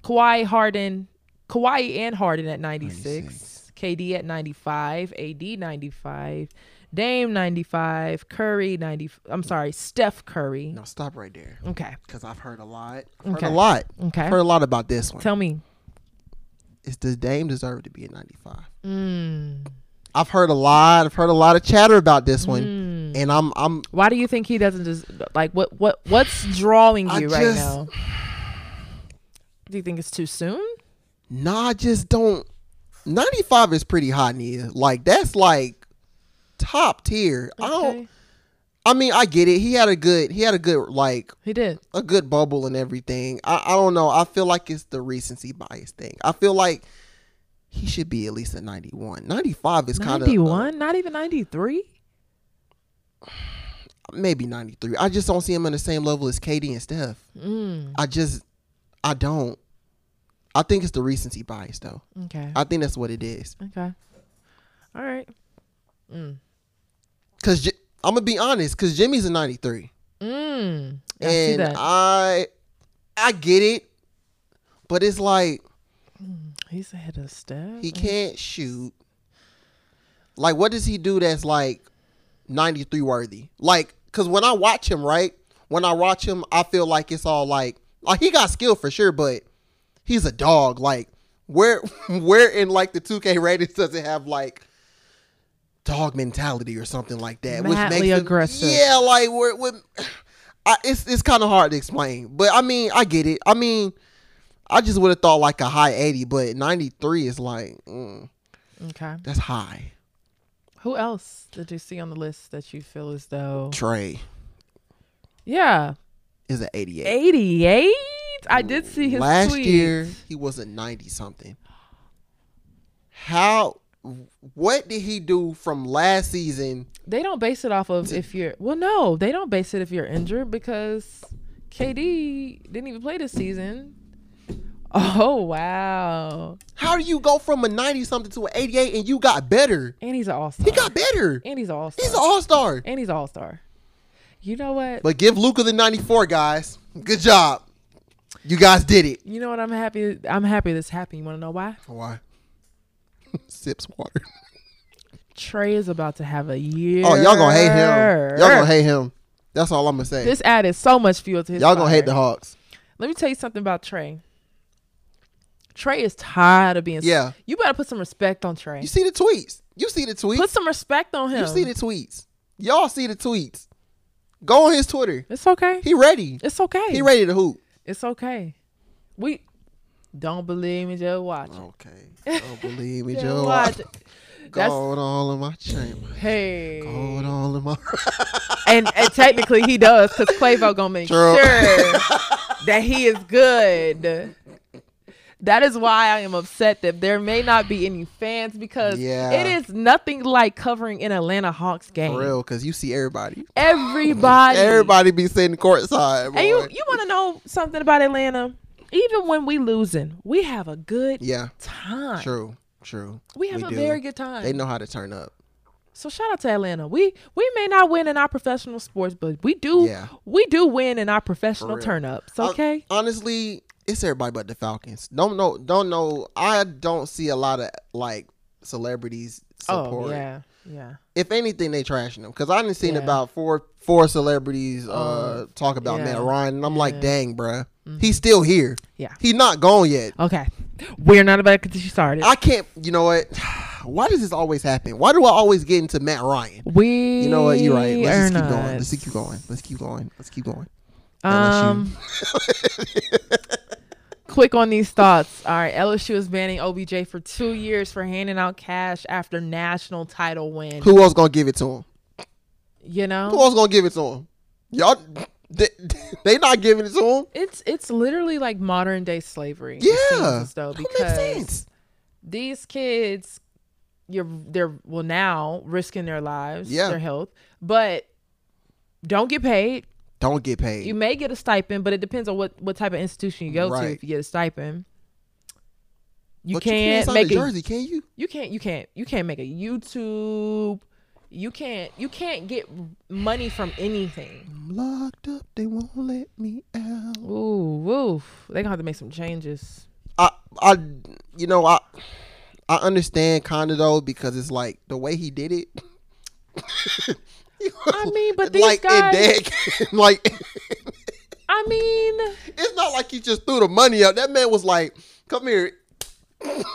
Speaker 3: Kawhi Harden, Kawhi and Harden at 96.
Speaker 2: 96.
Speaker 3: KD at 95. AD 95. Dame 95. Curry 90. I'm sorry, Steph Curry.
Speaker 2: Now stop right there,
Speaker 3: Okay.
Speaker 2: because I've heard a lot. I've Heard
Speaker 3: Okay.
Speaker 2: a lot.
Speaker 3: Okay.
Speaker 2: I've heard a lot about this one.
Speaker 3: Tell me.
Speaker 2: Is does Dame deserve to be a 95?
Speaker 3: Mm,
Speaker 2: I've heard a lot. I've heard a lot of chatter about this one,
Speaker 3: mm.
Speaker 2: and I'm I'm
Speaker 3: Why do you think he doesn't just like what what what's drawing
Speaker 2: I
Speaker 3: you right
Speaker 2: just-
Speaker 3: now? Do you think it's too soon?
Speaker 2: Nah, I just don't. 95 is pretty high, Nia. Like that's like top tier. I
Speaker 3: Okay.
Speaker 2: don't. I mean, I get it. He had a good. He had a good like
Speaker 3: He did.
Speaker 2: a good bubble and everything. I, I don't know. I feel like it's the recency bias thing. I feel like he should be at least a 91. 95 is kind of
Speaker 3: 91 not even 93
Speaker 2: uh, maybe 93. I just don't see him on the same level as Katie and Steph.
Speaker 3: mm,
Speaker 2: I just I don't. I think it's the recency bias though.
Speaker 3: okay
Speaker 2: I think that's what it is.
Speaker 3: okay all right
Speaker 2: Cause J- I'm gonna be honest. Cause Jimmy's a 93.
Speaker 3: mm, I see
Speaker 2: and
Speaker 3: that
Speaker 2: I I get it, but it's like
Speaker 3: he's ahead of step
Speaker 2: he can't shoot. Like, what does he do that's like 93 worthy? Like, cause when I watch him, right? When I watch him, I feel like it's all like like he got skill for sure, but he's a dog. Like, where [LAUGHS] where in like the 2K ratings does it have like dog mentality or something like that?
Speaker 3: Madly
Speaker 2: him-
Speaker 3: aggressive.
Speaker 2: yeah, like where when I, it's it's kind of hard to explain, but I mean I get it. I mean. I just would have thought like a high 80, but 93 is like, mm,
Speaker 3: okay
Speaker 2: that's high.
Speaker 3: who else did you see on the list that you feel as though
Speaker 2: Trey
Speaker 3: yeah
Speaker 2: is an 88.
Speaker 3: 88 i did see his
Speaker 2: Last
Speaker 3: tweet.
Speaker 2: year, he was a 90 something. How, what did he do from last season?
Speaker 3: they don't base it off of if you're well no they don't base it if you're injured because kd didn't even play this season oh wow
Speaker 2: How do you go from a 90 something to an 88 and you got better?
Speaker 3: and he's an all-star
Speaker 2: He got better.
Speaker 3: and he's an all-star
Speaker 2: He's an all star.
Speaker 3: and he's all star. You know what?
Speaker 2: But give Luca the 94, guys. Good job. You guys did it.
Speaker 3: you know what? I'm happy. I'm happy this happened. You want to know why?
Speaker 2: [LAUGHS] Why? Sips water.
Speaker 3: Trey is about to have a year.
Speaker 2: Oh, y'all gonna hate him. Y'all gonna hate him. That's all I'm gonna say.
Speaker 3: This added so much fuel to his.
Speaker 2: Y'all gonna hate the
Speaker 3: fire.
Speaker 2: Hawks.
Speaker 3: Let me tell you something about Trey. Trey is tired of being.
Speaker 2: Yeah.
Speaker 3: You better put some respect on Trey.
Speaker 2: You see the tweets. You see the tweets.
Speaker 3: Put some respect on him.
Speaker 2: you see the tweets. Y'all see the tweets. Go on his Twitter.
Speaker 3: It's okay.
Speaker 2: He ready.
Speaker 3: It's okay.
Speaker 2: He ready to hoop.
Speaker 3: It's okay. We don't believe me. Just watch. it.
Speaker 2: Okay. Don't believe me,
Speaker 3: Just
Speaker 2: Joe.
Speaker 3: watch. it. That's
Speaker 2: Gold all in my chamber.
Speaker 3: hey.
Speaker 2: Gold all in my. [LAUGHS]
Speaker 3: and, and technically he does because Quavo gonna make
Speaker 2: True.
Speaker 3: sure that he is good. That is why I am upset that there may not be any fans because
Speaker 2: Yeah.
Speaker 3: it is nothing like covering an Atlanta Hawks game.
Speaker 2: For real, cause you see everybody.
Speaker 3: Everybody,
Speaker 2: Everybody be sitting courtside. Boy.
Speaker 3: and you you want to know something about Atlanta? Even when we losing, we have a good
Speaker 2: yeah.
Speaker 3: time.
Speaker 2: True. True.
Speaker 3: We have a
Speaker 2: do.
Speaker 3: very good time.
Speaker 2: They know how to turn up.
Speaker 3: So shout out to Atlanta. We we may not win in our professional sports, but we do
Speaker 2: Yeah.
Speaker 3: we do win in our professional
Speaker 2: real.
Speaker 3: turn ups.
Speaker 2: I-
Speaker 3: Okay.
Speaker 2: honestly, it's everybody but the Falcons. Don't know. Don't know. I don't see a lot of like celebrities support.
Speaker 3: Oh yeah, yeah.
Speaker 2: If anything, they trashing them because I didn't seen
Speaker 3: Yeah.
Speaker 2: about four four celebrities uh
Speaker 3: Oh,
Speaker 2: talk about
Speaker 3: yeah.
Speaker 2: Matt Ryan, and I'm like,
Speaker 3: Yeah. Mm-hmm.
Speaker 2: dang, bruh, he's still here.
Speaker 3: Yeah.
Speaker 2: He's not gone yet.
Speaker 3: Okay, we're not about to get you started.
Speaker 2: I can't. You know what? [SIGHS] Why does this always happen? Why do I always get into Matt Ryan?
Speaker 3: We
Speaker 2: You know what? You're right. Let's
Speaker 3: are
Speaker 2: just keep
Speaker 3: not.
Speaker 2: going. Let's just keep going. Let's keep going. Let's keep going.
Speaker 3: Um, [LAUGHS]
Speaker 2: [LAUGHS]
Speaker 3: quick on these thoughts. All right, LSU is banning OBJ for two years for handing out cash after national title win.
Speaker 2: Who else gonna give it to him?
Speaker 3: You
Speaker 2: Who
Speaker 3: know,
Speaker 2: else gonna give it to him? Y'all, they, [LAUGHS] they not giving it to him.
Speaker 3: it's it's literally like modern day slavery. it
Speaker 2: Yeah,
Speaker 3: seems as though,
Speaker 2: That don't make
Speaker 3: because
Speaker 2: sense.
Speaker 3: these kids, you're they're well now risking their lives,
Speaker 2: Yeah.
Speaker 3: their health, but don't get paid.
Speaker 2: Don't get paid.
Speaker 3: You may get a stipend, but it depends on what what type of institution you go to.
Speaker 2: Right.
Speaker 3: If you get a stipend, you
Speaker 2: but
Speaker 3: can't
Speaker 2: sign
Speaker 3: make
Speaker 2: a
Speaker 3: a
Speaker 2: jersey, can you?
Speaker 3: you can't you can't you can't make a youtube you can't you can't get money from anything
Speaker 2: I'm locked up. They won't let me out.
Speaker 3: ooh woof they gonna have to make some changes
Speaker 2: I, I, you know, I, I understand kind of though because it's like the way he did it.
Speaker 3: I mean, but these
Speaker 2: [LAUGHS] like
Speaker 3: guys-
Speaker 2: in deck, [LAUGHS] like
Speaker 3: i mean
Speaker 2: it's not like he just threw the money up. That man was like, "Come here,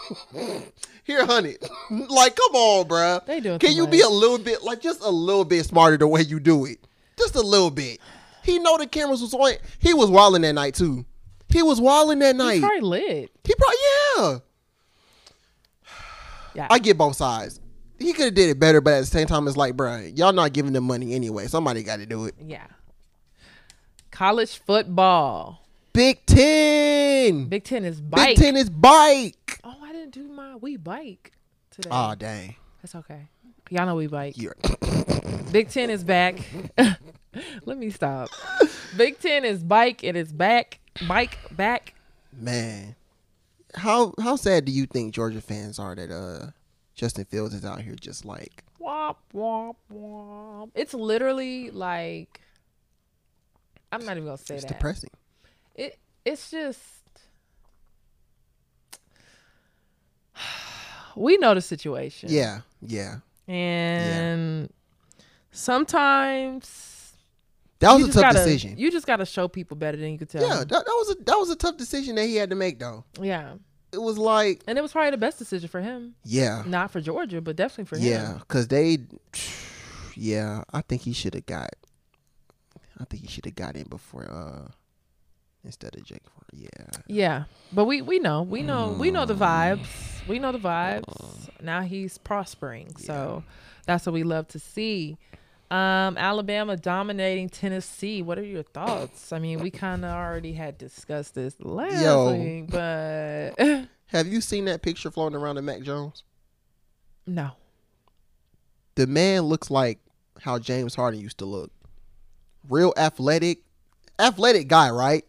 Speaker 2: [LAUGHS] here, honey." [LAUGHS] like, come on, bruh.
Speaker 3: They doing
Speaker 2: Can
Speaker 3: too
Speaker 2: you be
Speaker 3: much.
Speaker 2: a little bit, like, just a little bit smarter the way you do it? Just a little bit. He know the cameras was on. He was wilding that night too. He was wilding that night.
Speaker 3: it's probably lit
Speaker 2: He probably yeah.
Speaker 3: yeah
Speaker 2: I get both sides. He could have did it better, but at the same time, it's like, bruh, y'all not giving them money anyway. Somebody got to do it.
Speaker 3: yeah college football
Speaker 2: Big Ten. Big,
Speaker 3: big ten is bike
Speaker 2: Ten is bike.
Speaker 3: oh i didn't do my we bike today
Speaker 2: Oh dang.
Speaker 3: that's okay y'all know we bike
Speaker 2: You're- [COUGHS]
Speaker 3: Big Ten is back. [LAUGHS] Let me stop. Big Ten is bike. It is back. Bike back.
Speaker 2: Man, how how sad do you think Georgia fans are that uh Justin Fields is out here just like
Speaker 3: Womp womp womp. It's literally like I'm not even gonna say
Speaker 2: it's
Speaker 3: that.
Speaker 2: depressing?
Speaker 3: it it's just [SIGHS] we know the situation.
Speaker 2: Yeah, yeah.
Speaker 3: And sometimes
Speaker 2: That was
Speaker 3: you
Speaker 2: a
Speaker 3: just
Speaker 2: tough
Speaker 3: gotta-
Speaker 2: decision.
Speaker 3: You just gotta show people better than you could tell.
Speaker 2: yeah, that,
Speaker 3: them.
Speaker 2: that was a that was a tough decision that he had to make though.
Speaker 3: Yeah.
Speaker 2: It was like
Speaker 3: And it was probably the best decision for him.
Speaker 2: yeah,
Speaker 3: Not for Georgia, but definitely Mm, for
Speaker 2: yeah,
Speaker 3: him.
Speaker 2: because they [SIGHS] yeah. I think he should have got. I think he should have got in before uh instead of Jake. Fromm. Yeah,
Speaker 3: Yeah. But we we know. We know we know the
Speaker 2: Mm.
Speaker 3: vibes. We know the vibes. Now he's prospering. So that's what we love to see. Um, Alabama dominating Tennessee. What are your thoughts? I mean, we kind of already had discussed this last
Speaker 2: Yo.
Speaker 3: week, but [LAUGHS]
Speaker 2: have you seen that picture floating around of Mac Jones?
Speaker 3: no.
Speaker 2: the man looks like how James Harden used to look. Real athletic, athletic guy, right?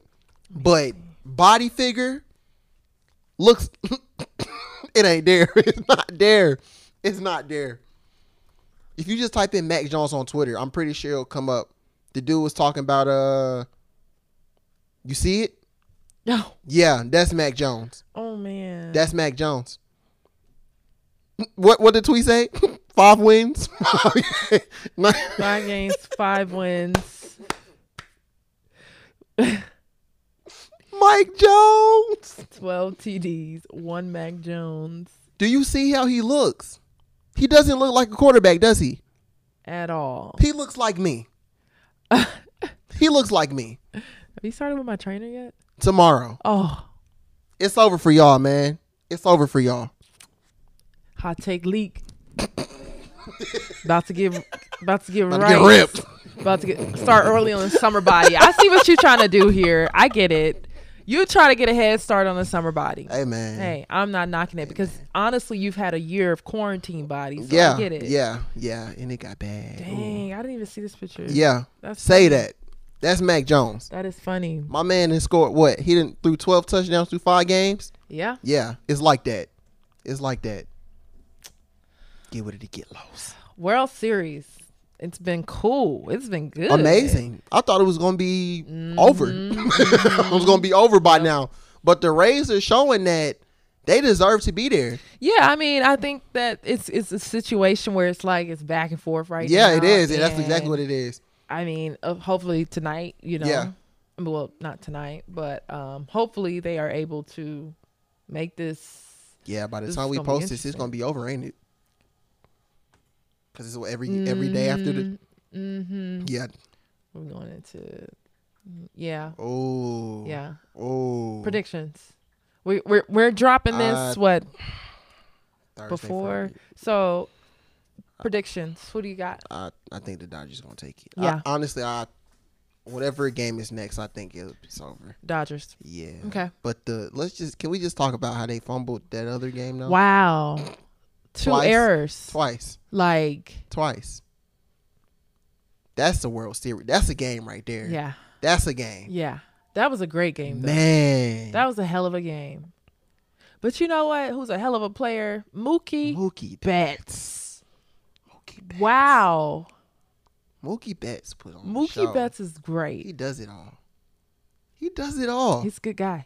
Speaker 2: But body figure looks [COUGHS] it ain't there. [LAUGHS] It's not there. It's not there. If you just type in Mac Jones on Twitter, I'm pretty sure it'll come up. The dude was talking about uh you see it?
Speaker 3: No.
Speaker 2: Yeah, that's Mac Jones.
Speaker 3: Oh man.
Speaker 2: That's Mac Jones. What what did tweet say? [LAUGHS] Five wins.
Speaker 3: [LAUGHS]
Speaker 2: [LAUGHS]
Speaker 3: five games, five wins.
Speaker 2: Mike Jones.
Speaker 3: 12 TDs, one Mac Jones
Speaker 2: Do you see how he looks? He doesn't look like a quarterback, does he?
Speaker 3: at all.
Speaker 2: He looks
Speaker 3: [LAUGHS]
Speaker 2: like me. he looks like me.
Speaker 3: Have you started with my trainer yet?
Speaker 2: Tomorrow.
Speaker 3: Oh,
Speaker 2: It's over for y'all, man. It's over for y'all.
Speaker 3: hot take leak. about to get, about to get
Speaker 2: About
Speaker 3: right.
Speaker 2: to get ripped.
Speaker 3: About to get start early on the summer body. I see what you're trying to do here. I get it. You try to get a head start on the summer body.
Speaker 2: Hey man.
Speaker 3: Hey, I'm not knocking it because honestly, you've had a year of quarantine body. So
Speaker 2: yeah.
Speaker 3: I get it.
Speaker 2: Yeah. Yeah. And it got bad.
Speaker 3: Dang, I didn't even see this picture.
Speaker 2: Yeah.
Speaker 3: That's
Speaker 2: Say that. That's Mac Jones.
Speaker 3: That is funny.
Speaker 2: My man has scored what? He didn't threw twelve touchdowns through five games.
Speaker 3: Yeah.
Speaker 2: Yeah. It's like that. It's like that. Get with it to get lost.
Speaker 3: World Series. It's been cool. It's been good. Mm-hmm.
Speaker 2: amazing. I thought it was gonna be over. [LAUGHS] it was gonna be over by now. But the Rays are showing that they deserve to be there.
Speaker 3: Yeah, I mean, I think that it's it's a situation where it's like it's back and forth right now.
Speaker 2: yeah, it is. And that's exactly what
Speaker 3: it is.
Speaker 2: it is.
Speaker 3: I mean, uh, hopefully tonight, you know.
Speaker 2: Yeah.
Speaker 3: I mean, Well, not tonight, but um, hopefully they are able to make this.
Speaker 2: Yeah, by the
Speaker 3: This
Speaker 2: time
Speaker 3: is
Speaker 2: we
Speaker 3: gonna be
Speaker 2: post this, it's
Speaker 3: interesting.
Speaker 2: gonna be over, ain't it? because it's what, every every day after
Speaker 3: Mm.
Speaker 2: the
Speaker 3: Mm-hmm.
Speaker 2: yeah.
Speaker 3: We're going into. Yeah.
Speaker 2: Oh
Speaker 3: Yeah.
Speaker 2: Oh,
Speaker 3: Predictions. We, we're we're dropping this
Speaker 2: Uh,
Speaker 3: what
Speaker 2: Thursday,
Speaker 3: before
Speaker 2: Friday.
Speaker 3: so predictions. Who do you got?
Speaker 2: I I think the Dodgers gonna take it.
Speaker 3: Yeah.
Speaker 2: I, honestly, I whatever game is next, I think it'll- it's over.
Speaker 3: Dodgers.
Speaker 2: Yeah.
Speaker 3: Okay.
Speaker 2: But the let's just can we just talk about how they fumbled that other game though?
Speaker 3: Wow. Two
Speaker 2: Twice.
Speaker 3: errors.
Speaker 2: Twice.
Speaker 3: Like
Speaker 2: Twice. That's the World Series. That's a game right there.
Speaker 3: yeah.
Speaker 2: That's a game.
Speaker 3: Yeah. That was a great game though.
Speaker 2: Man.
Speaker 3: That was a hell of a game. But you know what? Who's a hell of a player? Mookie
Speaker 2: Mookie
Speaker 3: Betts.
Speaker 2: Mookie Betts.
Speaker 3: Wow.
Speaker 2: Mookie Betts put on a
Speaker 3: Mookie
Speaker 2: show.
Speaker 3: Betts is great.
Speaker 2: He does it all. He does it all.
Speaker 3: He's a good guy.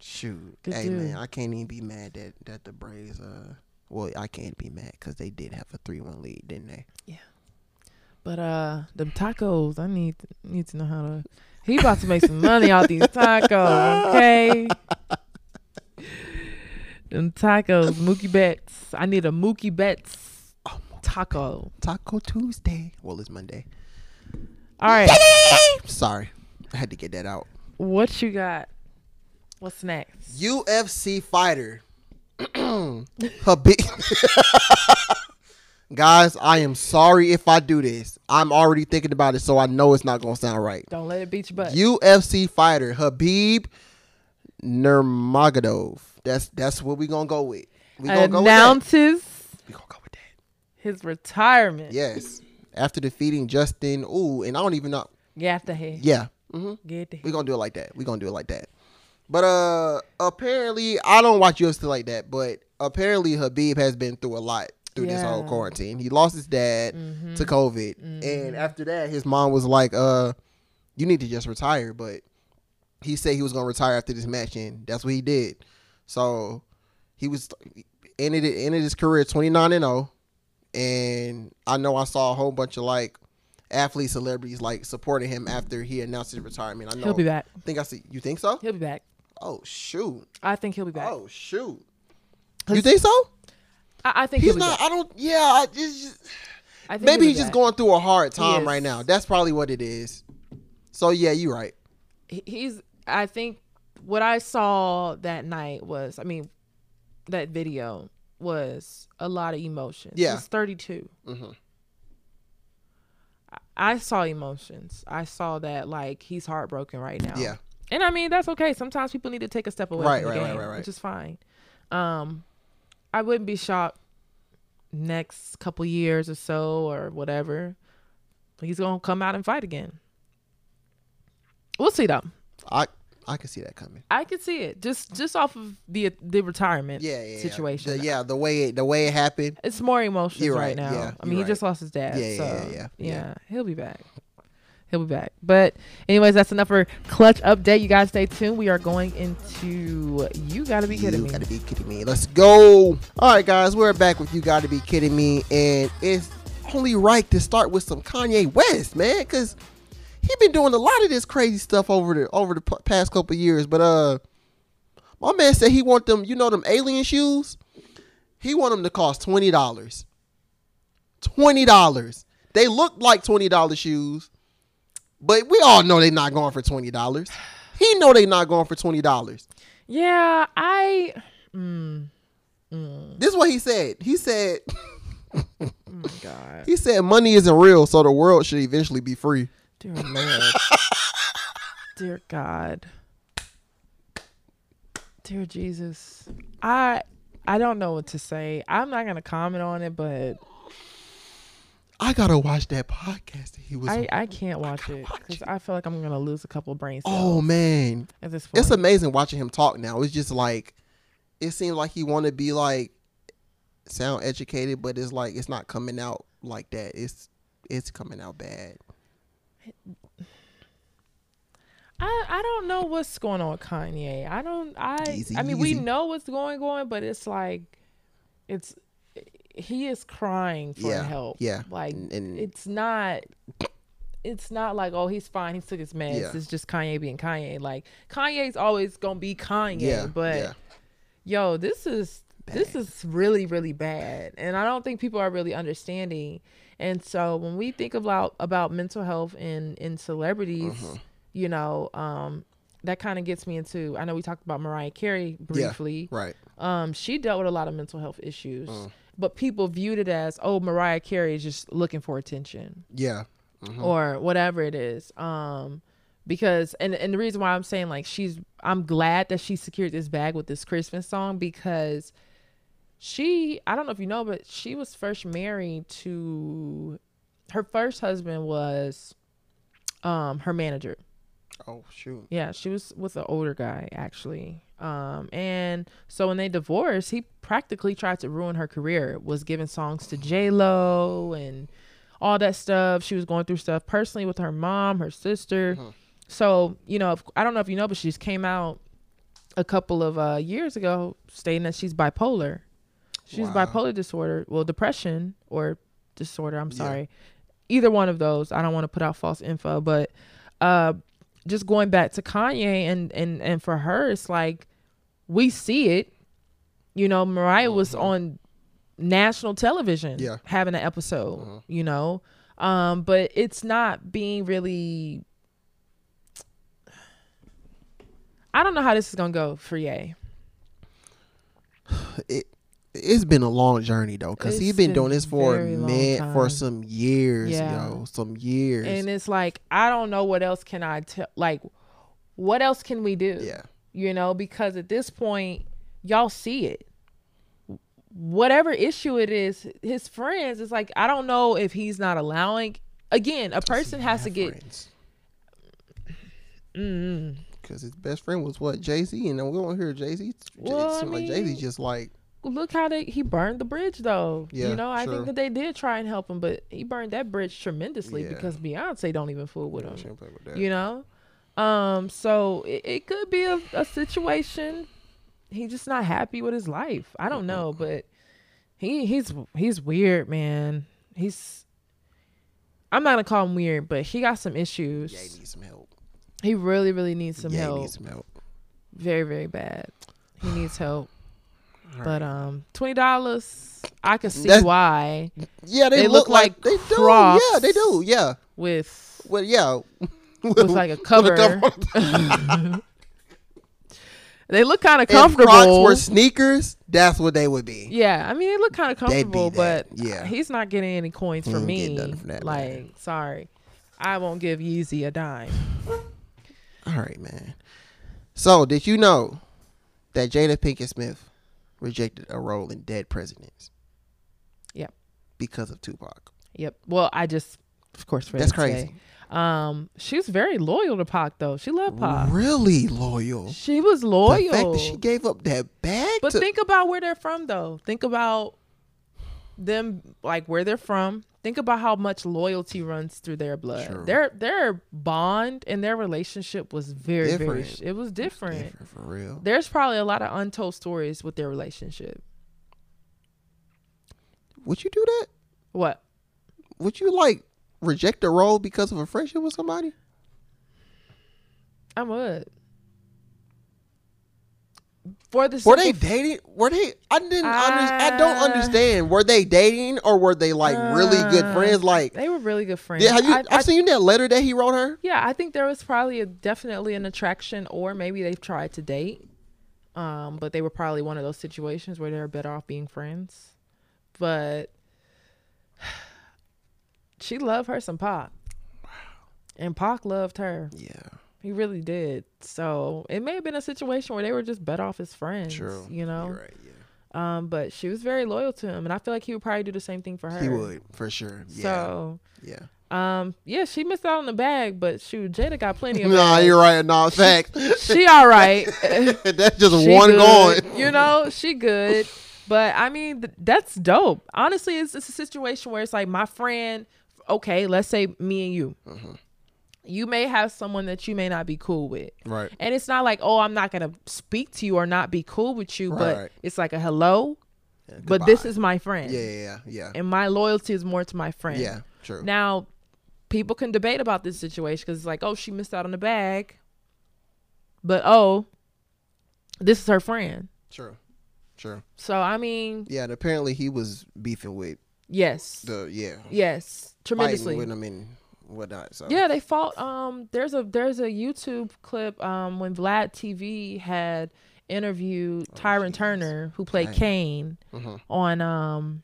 Speaker 2: Shoot.
Speaker 3: Good
Speaker 2: hey
Speaker 3: dude.
Speaker 2: man, I can't even be mad that that the Braves uh well, I can't be mad cuz they did have a 3-1 lead, didn't they?
Speaker 3: But uh them tacos, I need need to know how to He about to make some money off these tacos, okay? them tacos, Mookie Betts. I need a Mookie Betts taco.
Speaker 2: Taco Tuesday. Well, it's Monday. [COUGHS]
Speaker 3: All right.
Speaker 2: Sorry. I had to get that out.
Speaker 3: What you got? What's next?
Speaker 2: UFC fighter. [CLEARS THROAT] Habib. [LAUGHS] Guys, I am sorry if I do this. I'm already thinking about it, so I know it's not going to sound right.
Speaker 3: Don't let it beat your butt.
Speaker 2: UFC fighter Habib Nurmagomedov. That's that's what we gonna go with. We gonna go with that.
Speaker 3: announces
Speaker 2: We gonna go with that.
Speaker 3: his retirement.
Speaker 2: Yes. After defeating Justin, ooh, and I don't even know.
Speaker 3: Get the head.
Speaker 2: Yeah. hmm
Speaker 3: Get the
Speaker 2: We
Speaker 3: head.
Speaker 2: gonna do it like that. We gonna do it like that. But uh, apparently I don't watch UFC like that. But apparently Habib has been through a lot through this whole
Speaker 3: Yeah.
Speaker 2: quarantine. He lost his dad to COVID, and after that, his mom was like, "Uh, you need to just retire." But he said he was gonna retire after this match, and that's what he did. So he was ended it ended his career twenty nine and zero. And I know I saw a whole bunch of like athlete celebrities like supporting him after he announced his retirement. I know
Speaker 3: He'll be back.
Speaker 2: Think I see you think so?
Speaker 3: He'll be back.
Speaker 2: Oh shoot!
Speaker 3: I think he'll be back.
Speaker 2: Oh shoot!
Speaker 3: Cause
Speaker 2: You think so?
Speaker 3: I, I think
Speaker 2: He's
Speaker 3: he'll
Speaker 2: not.
Speaker 3: Be back.
Speaker 2: I don't. Yeah. I it's just
Speaker 3: I think
Speaker 2: maybe
Speaker 3: he'll be
Speaker 2: he's just
Speaker 3: back.
Speaker 2: going through a hard time
Speaker 3: is.
Speaker 2: right now. That's probably what it is. So yeah, you're right.
Speaker 3: he- he's i think what i saw that night was i mean that video was a lot of emotions
Speaker 2: Yeah.
Speaker 3: he's 32
Speaker 2: Mhm.
Speaker 3: I- I saw emotions. I saw that like he's heartbroken right now.
Speaker 2: Yeah.
Speaker 3: and I mean that's okay. Sometimes people need to take a step away
Speaker 2: Right,
Speaker 3: from the
Speaker 2: right, right,
Speaker 3: game,
Speaker 2: right, right.
Speaker 3: which is fine. Um, I wouldn't be shocked next couple years or so or whatever. He's gonna come out and fight again. We'll see though.
Speaker 2: I I can see that coming.
Speaker 3: I could see it just just off of the the retirement
Speaker 2: Yeah. yeah yeah.
Speaker 3: situation.
Speaker 2: The- yeah. The way it the way it happened.
Speaker 3: It's more emotions
Speaker 2: You're
Speaker 3: right,
Speaker 2: right,
Speaker 3: now.
Speaker 2: yeah,
Speaker 3: I mean,
Speaker 2: you're
Speaker 3: he just lost his dad.
Speaker 2: Yeah, yeah,
Speaker 3: so,
Speaker 2: yeah, yeah, yeah.
Speaker 3: he'll be back. He'll be back. But anyways, that's enough for clutch update. You guys stay tuned. We are going into you gotta be kidding
Speaker 2: you
Speaker 3: me.
Speaker 2: gotta be kidding me. Let's go. All right, guys, we're back with you. Gotta be kidding me, and it's only right to start with some Kanye West, man, because he been doing a lot of this crazy stuff over the over the p- past couple years. But uh, my man said he want them, you know, them alien shoes. He want them to cost twenty dollars. Twenty dollars. They look like twenty dollar shoes, but we all know they not going for twenty dollars. He know they not going for twenty dollars.
Speaker 3: yeah, I
Speaker 2: This is what he said. He said
Speaker 3: oh
Speaker 2: [LAUGHS]
Speaker 3: God,
Speaker 2: he said money isn't real, so the world should eventually be free.
Speaker 3: dear Lord, dear God, dear Jesus, I I don't know what to say. I'm not gonna comment on it, but
Speaker 2: I gotta watch that podcast that he was.
Speaker 3: I,
Speaker 2: on.
Speaker 3: I can't watch it
Speaker 2: watch
Speaker 3: because
Speaker 2: it.
Speaker 3: I feel like I'm gonna lose a couple brain cells
Speaker 2: oh man,
Speaker 3: at this point.
Speaker 2: it's amazing watching him talk now. It's just like it seems like he want to be like sound educated, but it's like it's not coming out like that. It's it's coming out bad.
Speaker 3: I, I don't know what's going on with Kanye. I don't I
Speaker 2: Easy,
Speaker 3: I mean we
Speaker 2: easy.
Speaker 3: know what's going on, but it's like it's he is crying for
Speaker 2: Yeah,
Speaker 3: help.
Speaker 2: yeah,
Speaker 3: like
Speaker 2: and- and-
Speaker 3: it's not. It's not like oh he's fine he took his meds
Speaker 2: Yeah.
Speaker 3: it's just Kanye being Kanye like Kanye's always gonna be Kanye
Speaker 2: Yeah,
Speaker 3: but
Speaker 2: yeah.
Speaker 3: yo this is
Speaker 2: bad.
Speaker 3: this is really really bad and i don't think people are really understanding and so when we think about about mental health in in celebrities you know um that kind of gets me into i know we talked about mariah carey briefly
Speaker 2: right.
Speaker 3: um she dealt with a lot of mental health issues but people viewed it as oh mariah carey is just looking for attention
Speaker 2: Yeah.
Speaker 3: or whatever it is. Um, because and and the reason why I'm saying like she's I'm glad that she secured this bag with this Christmas song because she I don't know if you know but she was first married to her first husband was um her manager.
Speaker 2: Oh shoot.
Speaker 3: Um, Yeah, she was with an older guy actually. Um, and so when they divorced, he practically tried to ruin her career. Was giving songs to J Lo and all that stuff. She was going through stuff personally with her mom, her sister. So you know, if, I don't know if you know, but she just came out a couple of uh, years ago stating that she's bipolar. She's
Speaker 2: Wow.
Speaker 3: bipolar disorder, well, depression or disorder. I'm sorry, either one of those. I don't want to put out false info, but uh, just going back to Kanye and and and for her, it's like we see it. You know, Mariah was on national television
Speaker 2: Yeah.
Speaker 3: having an episode. You know, um, but it's not being really. I don't know how this is gonna go for Ye.
Speaker 2: It it's been a long journey though, cause
Speaker 3: It's
Speaker 2: he's been
Speaker 3: been
Speaker 2: doing this for
Speaker 3: very long
Speaker 2: man for
Speaker 3: time.
Speaker 2: some years,
Speaker 3: Yeah.
Speaker 2: yo, some years.
Speaker 3: and it's like I don't know what else can I tell. Like, what else can we do?
Speaker 2: yeah.
Speaker 3: you know, because at this point, y'all see it. Whatever issue it is, his friends, it's like, I don't know if he's not allowing. Again, a person has to get. Mm-hmm.
Speaker 2: Because his best friend was what Jay Z, and then we don't hear Jay Z.
Speaker 3: Well, I
Speaker 2: like Jay Z
Speaker 3: mean-
Speaker 2: just like
Speaker 3: Look how they he burned the bridge, though.
Speaker 2: Yeah,
Speaker 3: you know, I
Speaker 2: true.
Speaker 3: think that they did try and help him, but he burned that bridge tremendously
Speaker 2: Yeah.
Speaker 3: because Beyonce don't even fool with him.
Speaker 2: "Oh, "She don't play with that."
Speaker 3: you know um so it, it could be a, a situation he's just not happy with his life i don't
Speaker 2: Mm-hmm.
Speaker 3: know but he he's he's weird man he's i'm not gonna call him weird but he got some issues
Speaker 2: Yeah, he needs some help.
Speaker 3: he really really needs some
Speaker 2: yeah,
Speaker 3: help
Speaker 2: he needs some help.
Speaker 3: very very bad he needs help but um twenty dollars i can see
Speaker 2: That's-
Speaker 3: why
Speaker 2: Yeah, they,
Speaker 3: They
Speaker 2: look,
Speaker 3: look
Speaker 2: like,
Speaker 3: like
Speaker 2: they do.
Speaker 3: Crocs.
Speaker 2: Yeah, they do. Yeah.
Speaker 3: with
Speaker 2: Well, yeah. [LAUGHS] With,
Speaker 3: with like a cover
Speaker 2: If
Speaker 3: they look kind of comfortable
Speaker 2: Crocs were sneakers, that's what they would be.
Speaker 3: Yeah, I mean they look kind of
Speaker 2: be
Speaker 3: comfortable,
Speaker 2: that,
Speaker 3: but
Speaker 2: yeah.
Speaker 3: yeah, he's not getting any coins
Speaker 2: ain't
Speaker 3: from
Speaker 2: getting
Speaker 3: me.
Speaker 2: nothing from that,
Speaker 3: like,
Speaker 2: man.
Speaker 3: sorry, I won't give Yeezy a dime.
Speaker 2: All right, man. So, did you know that Jada Pinkett Smith rejected a role in Dead Presidents
Speaker 3: Yep,
Speaker 2: because of Tupac?
Speaker 3: yep. Well, I just, of course, read
Speaker 2: That's
Speaker 3: it today.
Speaker 2: crazy.
Speaker 3: Um, she was very loyal to Pac though. She loved Pac.
Speaker 2: Really loyal.
Speaker 3: She was
Speaker 2: The
Speaker 3: loyal.
Speaker 2: fact that she gave up that bag.
Speaker 3: But
Speaker 2: to,
Speaker 3: think about where they're from, though. Think about them, like where they're from. Think about how much loyalty runs through their blood.
Speaker 2: True.
Speaker 3: Their their bond and their relationship was very, very.
Speaker 2: Different.
Speaker 3: sh- It was different.
Speaker 2: Different, for real.
Speaker 3: There's probably a lot of untold stories with their relationship.
Speaker 2: Would you do that?
Speaker 3: What?
Speaker 2: Would you like reject a role because of a friendship with somebody?
Speaker 3: I would. For the
Speaker 2: Were
Speaker 3: simple
Speaker 2: they
Speaker 3: f-
Speaker 2: dating? Were they? I didn't. under, I don't
Speaker 3: Uh,
Speaker 2: understand. Were they dating or were they like really good
Speaker 3: Uh,
Speaker 2: friends? Like,
Speaker 3: they were really good friends.
Speaker 2: yeah, have you? I,
Speaker 3: I-
Speaker 2: have
Speaker 3: I-
Speaker 2: seen that letter that he wrote her.
Speaker 3: yeah, I think there was probably a, definitely an attraction, or maybe they've tried to date, um, but they were probably one of those situations where they're better off being friends. But [SIGHS] she loved her some Pac, and Pac loved her.
Speaker 2: Yeah,
Speaker 3: He really did. So it may have been a situation where they were just better off as friends.
Speaker 2: True.
Speaker 3: You know.
Speaker 2: you're right. Yeah,
Speaker 3: Um, but she was very loyal to him, and I feel like he would probably do the same thing for her.
Speaker 2: he would for sure. Yeah,
Speaker 3: So,
Speaker 2: yeah.
Speaker 3: um, yeah, she missed out on the bag, but shoot, Jada got plenty of.
Speaker 2: [LAUGHS] Nah,
Speaker 3: bags.
Speaker 2: you're right.
Speaker 3: [LAUGHS]
Speaker 2: Nah, facts. [LAUGHS]
Speaker 3: She all right. [LAUGHS]
Speaker 2: That's just
Speaker 3: She
Speaker 2: one
Speaker 3: good,
Speaker 2: going.
Speaker 3: You know, she good. But I mean, th- that's dope. Honestly, it's, it's a situation where it's like my friend. Okay, let's say me and you.
Speaker 2: Mm-hmm.
Speaker 3: You may have someone that you may not be cool with.
Speaker 2: Right.
Speaker 3: And it's not like, oh, I'm not gonna speak to you or not be cool with you,
Speaker 2: Right.
Speaker 3: but it's like a hello. but this is my friend.
Speaker 2: Yeah, yeah, yeah, yeah.
Speaker 3: and my loyalty is more to my friend.
Speaker 2: yeah true.
Speaker 3: Now, people can debate about this situation because it's like, oh, she missed out on the bag, but oh, this is her friend.
Speaker 2: true. Sure.
Speaker 3: So I mean,
Speaker 2: Yeah, and apparently he was beefing with
Speaker 3: yes,
Speaker 2: the yeah,
Speaker 3: yes,
Speaker 2: fighting
Speaker 3: tremendously.
Speaker 2: with him and whatnot. So
Speaker 3: Yeah, they fought. Um, there's a there's a YouTube clip. Um, when Vlad TV had interviewed
Speaker 2: Oh,
Speaker 3: Tyron Turner, who played Kane,
Speaker 2: mm-hmm.
Speaker 3: on um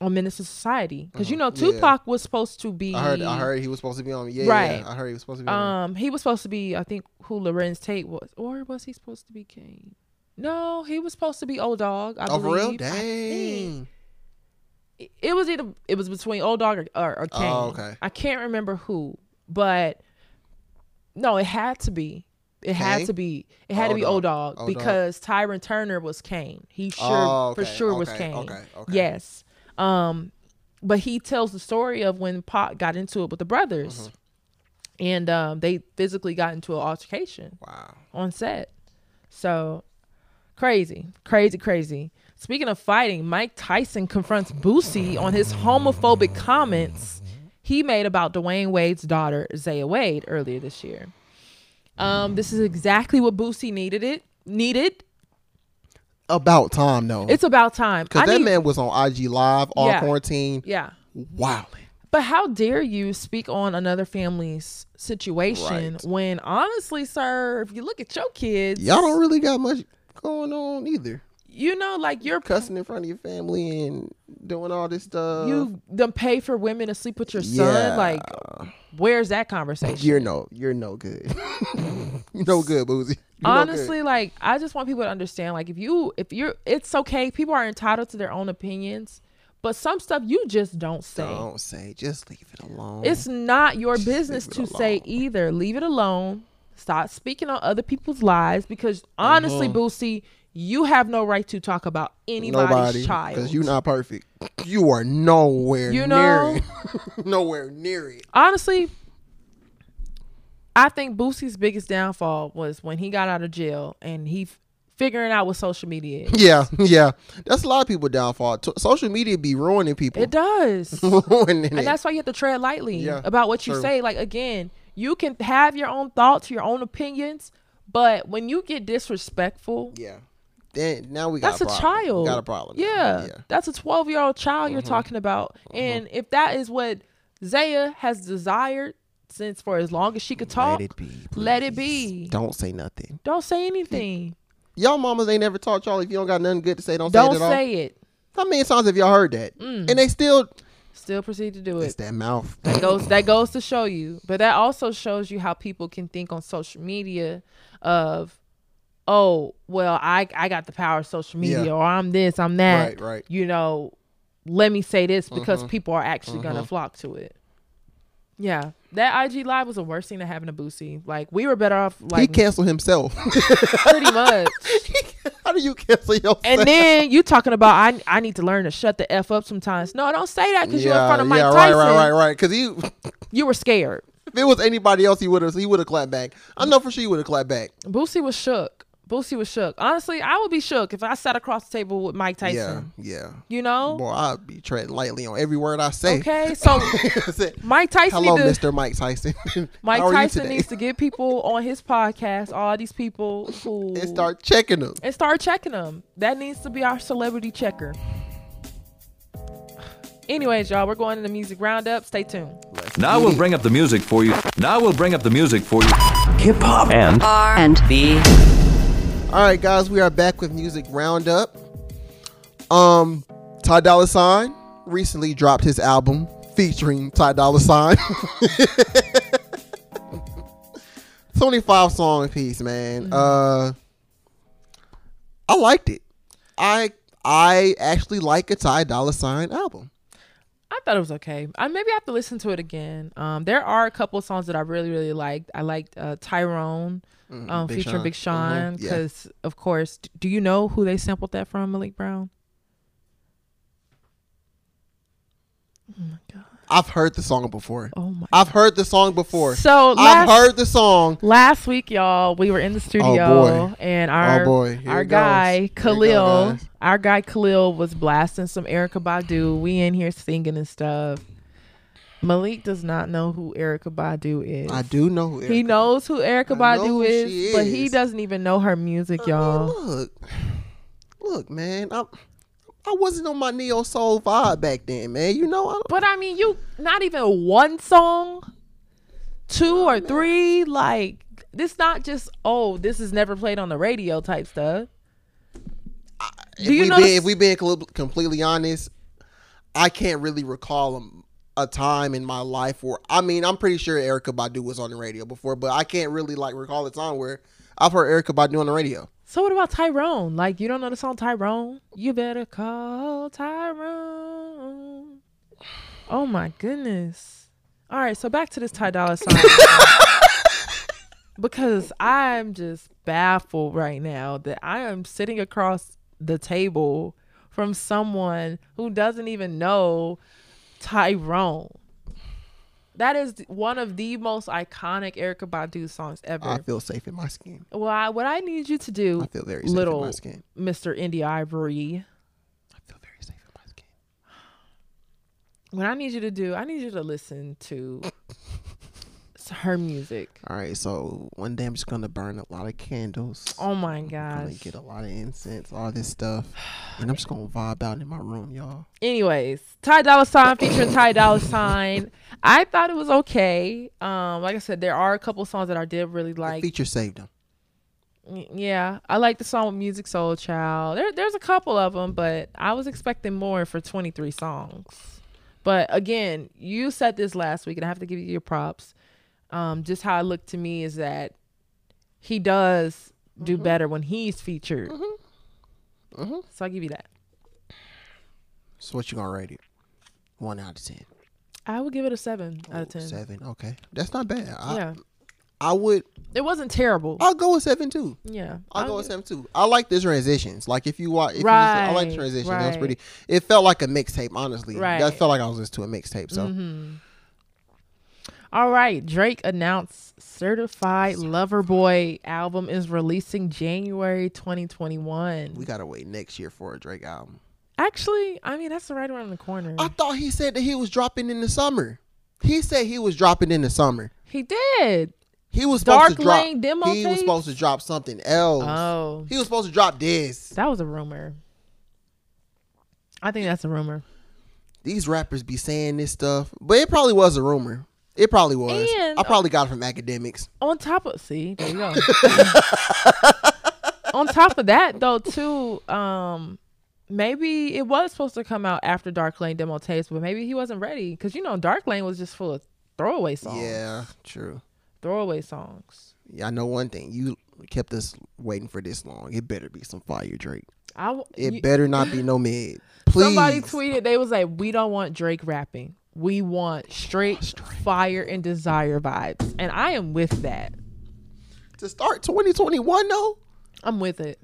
Speaker 3: on Minister Society, because you know
Speaker 2: Uh-huh. Yeah.
Speaker 3: Tupac was supposed to be.
Speaker 2: I heard. I heard he was supposed to be on. Yeah,
Speaker 3: Right.
Speaker 2: yeah. I heard he was supposed to be on.
Speaker 3: Um, he was supposed to be, I think, who Lorenz Tate was, or was he supposed to be Kane? No, he was supposed to be Old Dog. I
Speaker 2: oh, for real?
Speaker 3: believe. I think.
Speaker 2: Dang.
Speaker 3: it- it was either it was between Old Dog or, or, or Kane.
Speaker 2: Oh, okay.
Speaker 3: I can't remember who, but no, it had to be. It had
Speaker 2: Kane?
Speaker 3: to be. It had to
Speaker 2: Old
Speaker 3: be
Speaker 2: Dog.
Speaker 3: Old Dog
Speaker 2: Old Dog.
Speaker 3: because Tyron Turner was Kane. He sure
Speaker 2: Oh,
Speaker 3: for
Speaker 2: okay,
Speaker 3: sure was
Speaker 2: okay,
Speaker 3: Kane.
Speaker 2: okay, okay.
Speaker 3: Yes. Um, but he tells the story of when Pot got into it with the brothers,
Speaker 2: Mm-hmm.
Speaker 3: and um, they physically got into an altercation
Speaker 2: Wow.
Speaker 3: on set. So crazy, crazy, crazy. Speaking of fighting, Mike Tyson confronts Boosie on his homophobic comments he made about Dwayne Wade's daughter, Zaya Wade, earlier this year. Um, this is exactly what Boosie needed it needed.
Speaker 2: About time though,
Speaker 3: It's about time. I
Speaker 2: because that
Speaker 3: need-
Speaker 2: man was on IG Live all
Speaker 3: Yeah.
Speaker 2: quarantine.
Speaker 3: yeah.
Speaker 2: Wow.
Speaker 3: But how dare you speak on another family's situation
Speaker 2: Right.
Speaker 3: when honestly, sir, if you look at your kids,
Speaker 2: Y'all don't really got much going on either.
Speaker 3: you know, like you're
Speaker 2: Cussing in front of your family and doing all this stuff.
Speaker 3: you them pay for women to sleep with your
Speaker 2: Uh, Yeah.
Speaker 3: son like where's that conversation
Speaker 2: You're no, you're no good. [LAUGHS] you're no good, Boozy. You're no good.
Speaker 3: honestly like i just want people to understand like if you if you're it's okay people are entitled to their own opinions but some stuff you just don't say
Speaker 2: don't say. Just leave it alone.
Speaker 3: it's not your business
Speaker 2: leave
Speaker 3: to
Speaker 2: it
Speaker 3: say
Speaker 2: alone.
Speaker 3: either leave it alone stop speaking on other people's lives because honestly
Speaker 2: Uh-huh.
Speaker 3: boosie you have no right to talk about anybody's child
Speaker 2: because you're not perfect. You are nowhere
Speaker 3: You know?
Speaker 2: near it. [LAUGHS] nowhere near it.
Speaker 3: honestly, I think Boosie's biggest downfall was when he got out of jail and he f- figuring out what social media is.
Speaker 2: Yeah, yeah. That's a lot of people downfall. T- social media be ruining people.
Speaker 3: It does.
Speaker 2: [LAUGHS] ruining it.
Speaker 3: and that's why you have to tread lightly
Speaker 2: Yeah,
Speaker 3: about what you
Speaker 2: true.
Speaker 3: say. Like again, you can have your own thoughts, your own opinions, but when you get disrespectful,
Speaker 2: yeah. Then now we got
Speaker 3: that's
Speaker 2: a
Speaker 3: a,
Speaker 2: problem. We
Speaker 3: child.
Speaker 2: got a problem. now.
Speaker 3: Yeah,
Speaker 2: yeah. Mm-hmm.
Speaker 3: that's a twelve-year-old child you're talking about, and if that is what Zaya has desired since for as long as she could talk,
Speaker 2: Let it be.
Speaker 3: let it
Speaker 2: please.
Speaker 3: be.
Speaker 2: Don't say nothing.
Speaker 3: don't say anything.
Speaker 2: Y'all mamas ain't never taught y'all if you don't got nothing good to say, don't,
Speaker 3: Don't
Speaker 2: say it at
Speaker 3: say Mm. it.
Speaker 2: all. How many times have y'all heard that? And they still
Speaker 3: Still proceed to do
Speaker 2: it's
Speaker 3: it.
Speaker 2: that mouth. [LAUGHS]
Speaker 3: That goes that goes to show you, but that also shows you how people can think on social media of, oh, well, I I got the power of social media,
Speaker 2: Yeah.
Speaker 3: or I'm this, I'm that.
Speaker 2: Right, right. Mm-hmm.
Speaker 3: You know, let me say this because people are actually gonna flock to it. Yeah, that IG live was the worst thing that happened to Boosie. Like we were better off
Speaker 2: he
Speaker 3: like
Speaker 2: canceled himself. [LAUGHS]
Speaker 3: pretty much.
Speaker 2: How do you cancel yourself?
Speaker 3: And then you talking about I I need to learn to shut the f up sometimes. No, don't say that because you're in front of Mike
Speaker 2: yeah,
Speaker 3: Tyson.
Speaker 2: right, right, right, right. Because he, [LAUGHS] if
Speaker 3: You were scared.
Speaker 2: it was anybody else, he would have, he would have clapped back. I know for sure he would have clapped back.
Speaker 3: Boosie was shook. Boosie was shook. Honestly, I would be shook if I sat across the table with Mike
Speaker 2: Yeah,
Speaker 3: Tyson.
Speaker 2: yeah.
Speaker 3: You know?
Speaker 2: Boy, I'd be treading lightly on every word I say. [LAUGHS]
Speaker 3: Okay, so
Speaker 2: I said,
Speaker 3: Mike Tyson
Speaker 2: Hello,
Speaker 3: need to,
Speaker 2: Mr. Mike Tyson. [LAUGHS]
Speaker 3: Mike
Speaker 2: How are you
Speaker 3: Tyson
Speaker 2: today?"
Speaker 3: needs to get people on his podcast, all these people who
Speaker 2: [LAUGHS] and start checking them.
Speaker 3: and start checking them. That needs to be our celebrity checker. Anyways, y'all, we're going to the music roundup. Stay tuned.
Speaker 4: Now we'll bring up the music for you. Now we'll bring up the music for you. Hip hop and
Speaker 5: and B.
Speaker 2: All right, guys, we are back with music roundup. Um, Ty Dolla Sign recently dropped his album featuring Ty Dolla Sign. [LAUGHS] Twenty-five song piece,
Speaker 3: Mm-hmm.
Speaker 2: man. Uh, I liked it. I I actually like a Ty Dolla Sign album.
Speaker 3: I thought it was okay. I maybe I have to listen to it again. Um, there are a couple of songs that I really really liked. I liked uh, Tyrone, um,
Speaker 2: Mm-hmm. Big
Speaker 3: featuring
Speaker 2: Sean.
Speaker 3: Big Sean,
Speaker 2: Mhm, yeah.
Speaker 3: because of course. d- Do you know who they sampled that from, Malik Brown?
Speaker 2: I've heard the song before.
Speaker 3: Oh my!
Speaker 2: I've heard the song before.
Speaker 3: So
Speaker 2: I've
Speaker 3: last
Speaker 2: heard the song.
Speaker 3: last week, y'all, we were in the studio,
Speaker 2: Oh, boy. Oh,
Speaker 3: and our
Speaker 2: boy. Here
Speaker 3: our
Speaker 2: it goes. Here
Speaker 3: guy
Speaker 2: it goes,
Speaker 3: Khalil,
Speaker 2: guys.
Speaker 3: our guy Khalil was blasting some Erica Badu. We in here singing and stuff. Malik does not know who Erica Badu is.
Speaker 2: I do know who
Speaker 3: He
Speaker 2: Erica-
Speaker 3: knows who Erica
Speaker 2: I know
Speaker 3: Badu
Speaker 2: who
Speaker 3: is,
Speaker 2: she
Speaker 3: but he
Speaker 2: is.
Speaker 3: doesn't even know her music, y'all.
Speaker 2: Look, Look, man, I'm. I wasn't on my neo soul vibe back then, man. You know, I,
Speaker 3: But I mean, you not even one song, two or three. Like this, not just oh, this is never played on the radio type stuff. Do you
Speaker 2: we
Speaker 3: notice-
Speaker 2: been, if we being cl- completely honest, I can't really recall a, a time in my life where I mean I'm pretty sure Erica Badu was on the radio before, but I can't really like recall a time where I've heard Erica Badu on the radio.
Speaker 3: So what about Tyrone? Like you don't know the song Tyrone? You better call Tyrone. Oh my goodness. All right, so back to this Ty Dolla song.
Speaker 2: [LAUGHS]
Speaker 3: because I'm just baffled right now that I am sitting across the table from someone who doesn't even know Tyrone. That is one of the most iconic Erica Badu songs ever.
Speaker 2: I feel safe in my skin.
Speaker 3: Well, I, what I need you to do,
Speaker 2: I feel very safe in
Speaker 3: little
Speaker 2: my skin.
Speaker 3: Mr. Indie Ivory,
Speaker 2: I feel very safe in my skin.
Speaker 3: what I need you to do, I need you to listen
Speaker 2: [LAUGHS]
Speaker 3: to s- her music.
Speaker 2: All right, so one day I'm just gonna burn a lot of candles.
Speaker 3: Oh my
Speaker 2: I'm gonna
Speaker 3: gosh.
Speaker 2: get a lot of incense, all this stuff, [SIGHS] and I'm just gonna vibe out in my room, y'all.
Speaker 3: Anyways, Ty Dolla Sign featuring Ty Dolla Sign. I thought it was okay. Um, like I said, there are a couple songs that I did really like.
Speaker 2: Feature saved him.
Speaker 3: Y- Yeah, I like the song with Music Soul Child. There, there's a couple of them, but I was expecting more for 23 songs. But again, you said this last week, and I have to give you your props. Um, just how it looked to me is that he does do
Speaker 2: Mm-hmm.
Speaker 3: better when he's featured. So I give you that.
Speaker 2: So what you gonna rate it? One out of ten.
Speaker 3: I would give it a seven out of ten.
Speaker 2: Seven. Okay, that's not bad. I,
Speaker 3: Yeah,
Speaker 2: I would.
Speaker 3: it wasn't terrible.
Speaker 2: I'll go with seven too.
Speaker 3: yeah,
Speaker 2: I'll
Speaker 3: I
Speaker 2: go with
Speaker 3: would-
Speaker 2: seven too. I like the transitions. Like if you watch, if you listen, I like
Speaker 3: Right,
Speaker 2: transitions. That was
Speaker 3: right.
Speaker 2: pretty. It felt like a mixtape, honestly. That
Speaker 3: Right. Mm-hmm.
Speaker 2: felt like I was listening to a mixtape. So
Speaker 3: All right, Drake announced Certified Lover Boy album is releasing January 2021.
Speaker 2: we gotta wait next year for a Drake album.
Speaker 3: Actually, I mean that's right around the corner.
Speaker 2: I thought he said that he was dropping in the summer. He said he was dropping in the summer.
Speaker 3: he did.
Speaker 2: He was supposed
Speaker 3: Dark
Speaker 2: to drop.
Speaker 3: Lane demo
Speaker 2: he was
Speaker 3: tape?
Speaker 2: supposed to drop something else.
Speaker 3: Oh,
Speaker 2: He was supposed to drop this.
Speaker 3: that was a rumor. I think that's a rumor.
Speaker 2: These rappers be saying this stuff, but it probably was a rumor. It probably was.
Speaker 3: And-
Speaker 2: I probably got it from academics.
Speaker 3: On top of see, there you
Speaker 2: [LAUGHS]
Speaker 3: go. On top of that, though, too, um, maybe it was supposed to come out after Dark Lane demo tapes, but maybe he wasn't ready because you know Dark Lane was just full of throwaway songs.
Speaker 2: Yeah, true.
Speaker 3: throwaway songs.
Speaker 2: Yeah, I know one thing. You kept us waiting for this long. It better be some fire, Drake.
Speaker 3: I w-
Speaker 2: It
Speaker 3: you-
Speaker 2: better not
Speaker 3: [LAUGHS]
Speaker 2: be no mid. Please.
Speaker 3: somebody tweeted they was like, "We don't want Drake rapping. We want straight fire and desire vibes." And I am with that.
Speaker 2: to start 2021 though.
Speaker 3: I'm with it.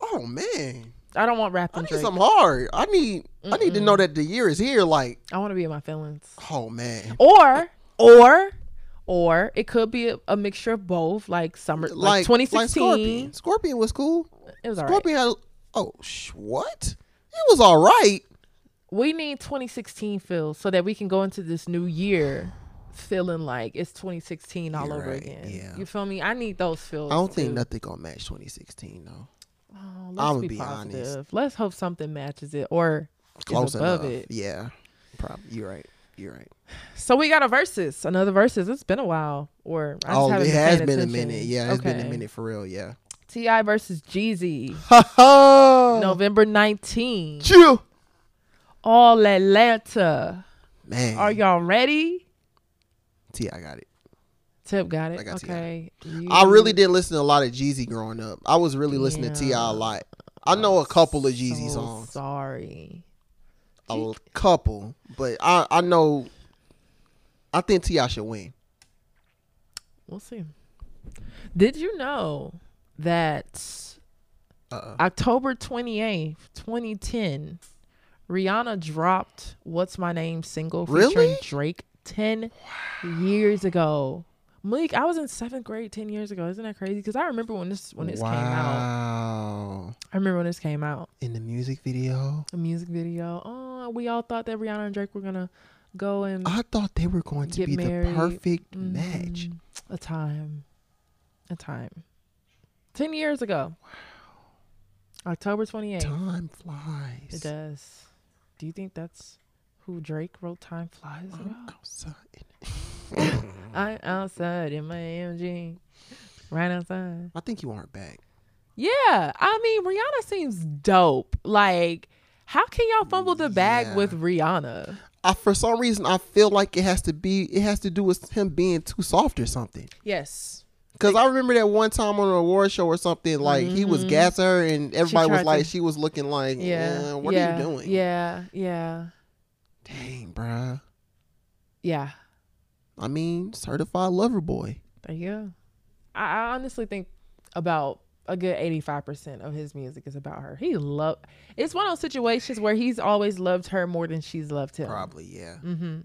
Speaker 2: Oh man,
Speaker 3: I don't want
Speaker 2: I
Speaker 3: rapping
Speaker 2: need
Speaker 3: Drake.
Speaker 2: some hard. I need. I need to know that the year is here. Like,
Speaker 3: I want to be in my feelings.
Speaker 2: oh man,
Speaker 3: Or or or it could be a, a mixture of both, like summer, like,
Speaker 2: like
Speaker 3: 2016.
Speaker 2: Like Scorpion. Scorpion was cool.
Speaker 3: It was alright.
Speaker 2: Scorpion. Had, oh sh- what? It was all right.
Speaker 3: We need 2016 feel so that we can go into this new year feeling like it's 2016 all
Speaker 2: You're
Speaker 3: over
Speaker 2: right,
Speaker 3: again.
Speaker 2: yeah.
Speaker 3: You feel me? I need those feels.
Speaker 2: I don't think
Speaker 3: too.
Speaker 2: nothing gonna match 2016 though.
Speaker 3: Oh, let's
Speaker 2: I'ma
Speaker 3: be,
Speaker 2: be honest.
Speaker 3: positive. Let's hope something matches it or is
Speaker 2: Close
Speaker 3: above
Speaker 2: enough.
Speaker 3: it.
Speaker 2: Yeah. Probably. You're right. You're right.
Speaker 3: So we got a versus, another versus. It's been a while, or I just
Speaker 2: oh,
Speaker 3: haven't
Speaker 2: it
Speaker 3: been
Speaker 2: has
Speaker 3: paying
Speaker 2: been a
Speaker 3: attention.
Speaker 2: minute. Yeah, it's been a
Speaker 3: Okay.
Speaker 2: minute for real.
Speaker 3: [LAUGHS]
Speaker 2: Yeah.
Speaker 3: Ti versus
Speaker 2: [SIGHS]
Speaker 3: Jeezy,
Speaker 2: [LAUGHS] no.
Speaker 3: November nineteenth,
Speaker 2: Chill.
Speaker 3: all Atlanta.
Speaker 2: Man.
Speaker 3: Are y'all ready?
Speaker 2: T, I got it.
Speaker 3: Tip got it.
Speaker 2: I got T.I.
Speaker 3: okay.
Speaker 2: I
Speaker 3: You-
Speaker 2: really didn't listen to a lot of Jeezy growing up. I was really listening to Ti a
Speaker 3: Yeah.
Speaker 2: lot. I know a couple of Jeezy
Speaker 3: so
Speaker 2: songs,
Speaker 3: Sorry.
Speaker 2: a couple, but I I know. I think Ti should win.
Speaker 3: We'll see. Did you know that October 28th, 2010, Rihanna dropped What's My Name single
Speaker 2: Really?
Speaker 3: featuring Drake 10 years ago? Malik, I was in seventh grade 10 years ago. Isn't that crazy? Because I remember when this when this came out.
Speaker 2: Wow!
Speaker 3: I remember when this came out.
Speaker 2: In the music video,
Speaker 3: The music video. Oh, we all thought that Rihanna and Drake were gonna go and
Speaker 2: I thought they were going to
Speaker 3: Get
Speaker 2: be the
Speaker 3: married. Mm-hmm.
Speaker 2: perfect match.
Speaker 3: Mm, a time. A time. Ten years ago. October 28th.
Speaker 2: Time flies.
Speaker 3: It does. Do you think that's who Drake wrote Time Flies about?
Speaker 2: Outside.
Speaker 3: I'm outside in my AMG. Right outside.
Speaker 2: I think you aren't back.
Speaker 3: Yeah. I mean, Rihanna seems dope. Like, how can y'all fumble the bag
Speaker 2: Yeah.
Speaker 3: with Rihanna?
Speaker 2: I, for some reason, I feel like it has to be. It has to do with him being too soft or something.
Speaker 3: Yes.
Speaker 2: Cause I remember that one time on an award show or something, like he was gassing her, and everybody was
Speaker 3: Mm-hmm. tried
Speaker 2: like,
Speaker 3: to-
Speaker 2: she was looking like,
Speaker 3: Yeah.
Speaker 2: yeah, what
Speaker 3: yeah,
Speaker 2: are you doing?
Speaker 3: Yeah. Yeah.
Speaker 2: Dang, bruh.
Speaker 3: Yeah.
Speaker 2: I mean, certified lover boy.
Speaker 3: There you go. I, I honestly think about a good 85% of his music is about her. He love it's one of those situations where he's always loved her more than she's loved him.
Speaker 2: Probably, yeah. Mm-hmm.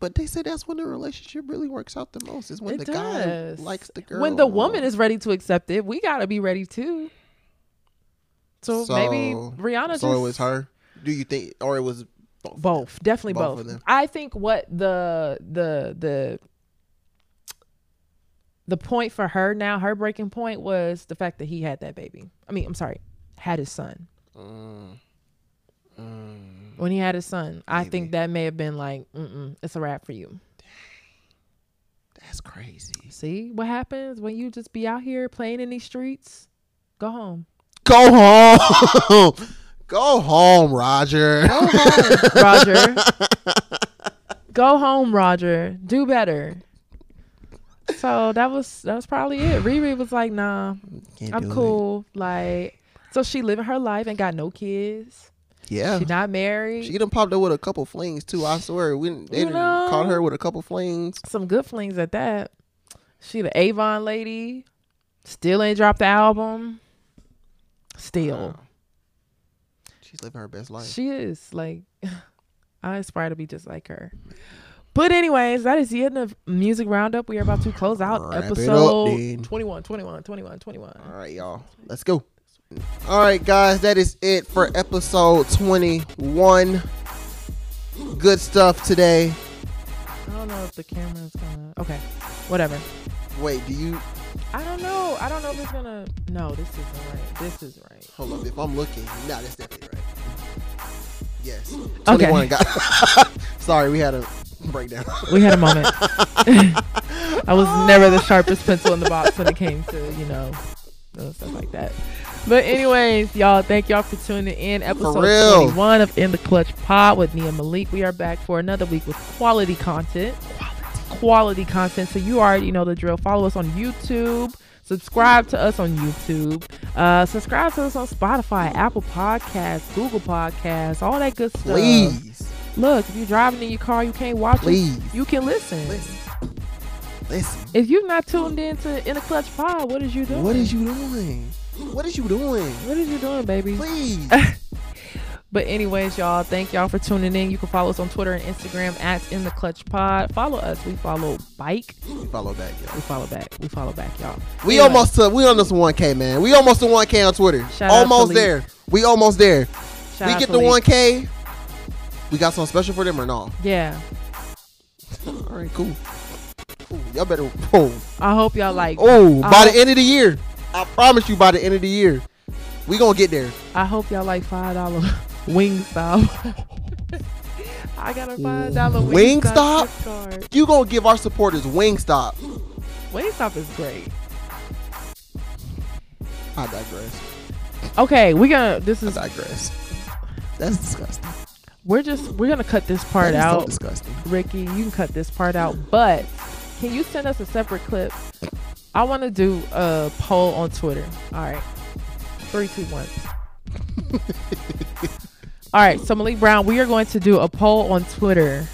Speaker 2: But they say that's when the relationship really works out the most. Is when
Speaker 3: it
Speaker 2: the
Speaker 3: does.
Speaker 2: guy likes the girl.
Speaker 3: When the
Speaker 2: more.
Speaker 3: woman is ready to accept it, we gotta be ready too. So, maybe Rihanna
Speaker 2: So
Speaker 3: just
Speaker 2: it was her. Do you think, or it was both?
Speaker 3: both definitely
Speaker 2: Both
Speaker 3: both,
Speaker 2: of them.
Speaker 3: i think what the the the the point for her now her breaking point was the fact that he had that baby i mean i'm sorry had his son
Speaker 2: Mm,
Speaker 3: when he had his son i think that may have been like Mm-mm, it's a wrap for you
Speaker 2: That's crazy.
Speaker 3: see what happens when you just be out here playing in these streets go home
Speaker 2: Go home. [LAUGHS] Go home, Roger.
Speaker 3: roger go home roger do better so that was that was probably it riri was like nah
Speaker 2: Can't do
Speaker 3: I'm
Speaker 2: it.
Speaker 3: cool. Like, so she living her life and got no kids.
Speaker 2: Yeah.
Speaker 3: She not married.
Speaker 2: She done popped up with a couple flings too. I swear, we done- they
Speaker 3: You
Speaker 2: done
Speaker 3: know?
Speaker 2: caught her with a couple flings.
Speaker 3: Some good flings at that. She the Avon lady. Still ain't dropped the album. Still,
Speaker 2: She's living her best life.
Speaker 3: she is like. [LAUGHS] I aspire to be just like her. But anyways, that is the end of music roundup. We are about to close out
Speaker 2: Wrap it up,
Speaker 3: episode
Speaker 2: then.
Speaker 3: 21, 21, 21, 21.
Speaker 2: All right, y'all. Let's go. All right, guys. That is it for episode 21. Good stuff today.
Speaker 3: I don't know if the camera's gonna. Okay, whatever.
Speaker 2: Wait, do you
Speaker 3: I don't know. I don't know if it's gonna. No, this isn't right. This is right.
Speaker 2: hold up? If I'm looking, nah, that's definitely right. Yes.
Speaker 3: Okay.
Speaker 2: 21, guys. [LAUGHS] Sorry, we had a
Speaker 3: [LAUGHS]
Speaker 2: breakdown.
Speaker 3: We had a moment. I was never the sharpest pencil in the box when it came to, you know, uh, stuff like that. But anyways, y'all, thank y'all for tuning in. Episode
Speaker 2: real.
Speaker 3: 21 of In the Clutch Pod with me and Malik. We are back for another week with quality content. Quality content. So you already know the drill. Follow us on YouTube. Subscribe to us on YouTube. Uh, subscribe to us on Spotify, Apple Podcasts, Google Podcasts, all that good stuff.
Speaker 2: Please.
Speaker 3: Look, if you're driving in your car, you can't watch
Speaker 2: Please.
Speaker 3: it. You can listen.
Speaker 2: Listen. Listen.
Speaker 3: If you're not tuned in to In a Clutch Pod, what is you doing?
Speaker 2: What is you doing? What is you doing?
Speaker 3: What is you doing, baby? [LAUGHS]
Speaker 2: Please.
Speaker 3: But anyways, y'all, thank y'all for tuning in. You can follow us on Twitter and Instagram at In the Clutch Pod. Follow us. We follow Bike.
Speaker 2: Follow back, y'all.
Speaker 3: We follow back. We follow back, y'all.
Speaker 2: We
Speaker 3: Anyway,
Speaker 2: almost to we almost to 1K, man. We almost to 1K on Twitter.
Speaker 3: Shout out to
Speaker 2: almost
Speaker 3: Lee.
Speaker 2: there. We almost there.
Speaker 3: shout
Speaker 2: we
Speaker 3: out
Speaker 2: get
Speaker 3: to
Speaker 2: the
Speaker 3: Lee.
Speaker 2: 1K. We got something special for them or not?
Speaker 3: Yeah,
Speaker 2: All right, cool. Ooh, y'all better. Oh,
Speaker 3: I hope y'all like.
Speaker 2: oh
Speaker 3: I
Speaker 2: by
Speaker 3: hope-
Speaker 2: the end of the year, I promise you. By the end of the year, we gonna get there.
Speaker 3: I hope y'all like five dollar [LAUGHS] wing stop. [LAUGHS] I got a five dollar
Speaker 2: Wingstop?
Speaker 3: card.
Speaker 2: You gonna give our supporters Wingstop.
Speaker 3: Wingstop is great.
Speaker 2: I digress.
Speaker 3: Okay, we gonna. This
Speaker 2: I
Speaker 3: is
Speaker 2: digress. That's disgusting.
Speaker 3: we're just we're gonna cut this part
Speaker 2: That is so
Speaker 3: out.
Speaker 2: disgusting.
Speaker 3: Ricky, you can cut this part out, but can you send us a separate clip? I want to do a poll on Twitter. All right. Three, two,
Speaker 2: [LAUGHS]
Speaker 3: one. All right. So, Malik Brown, we are going to do a poll on Twitter.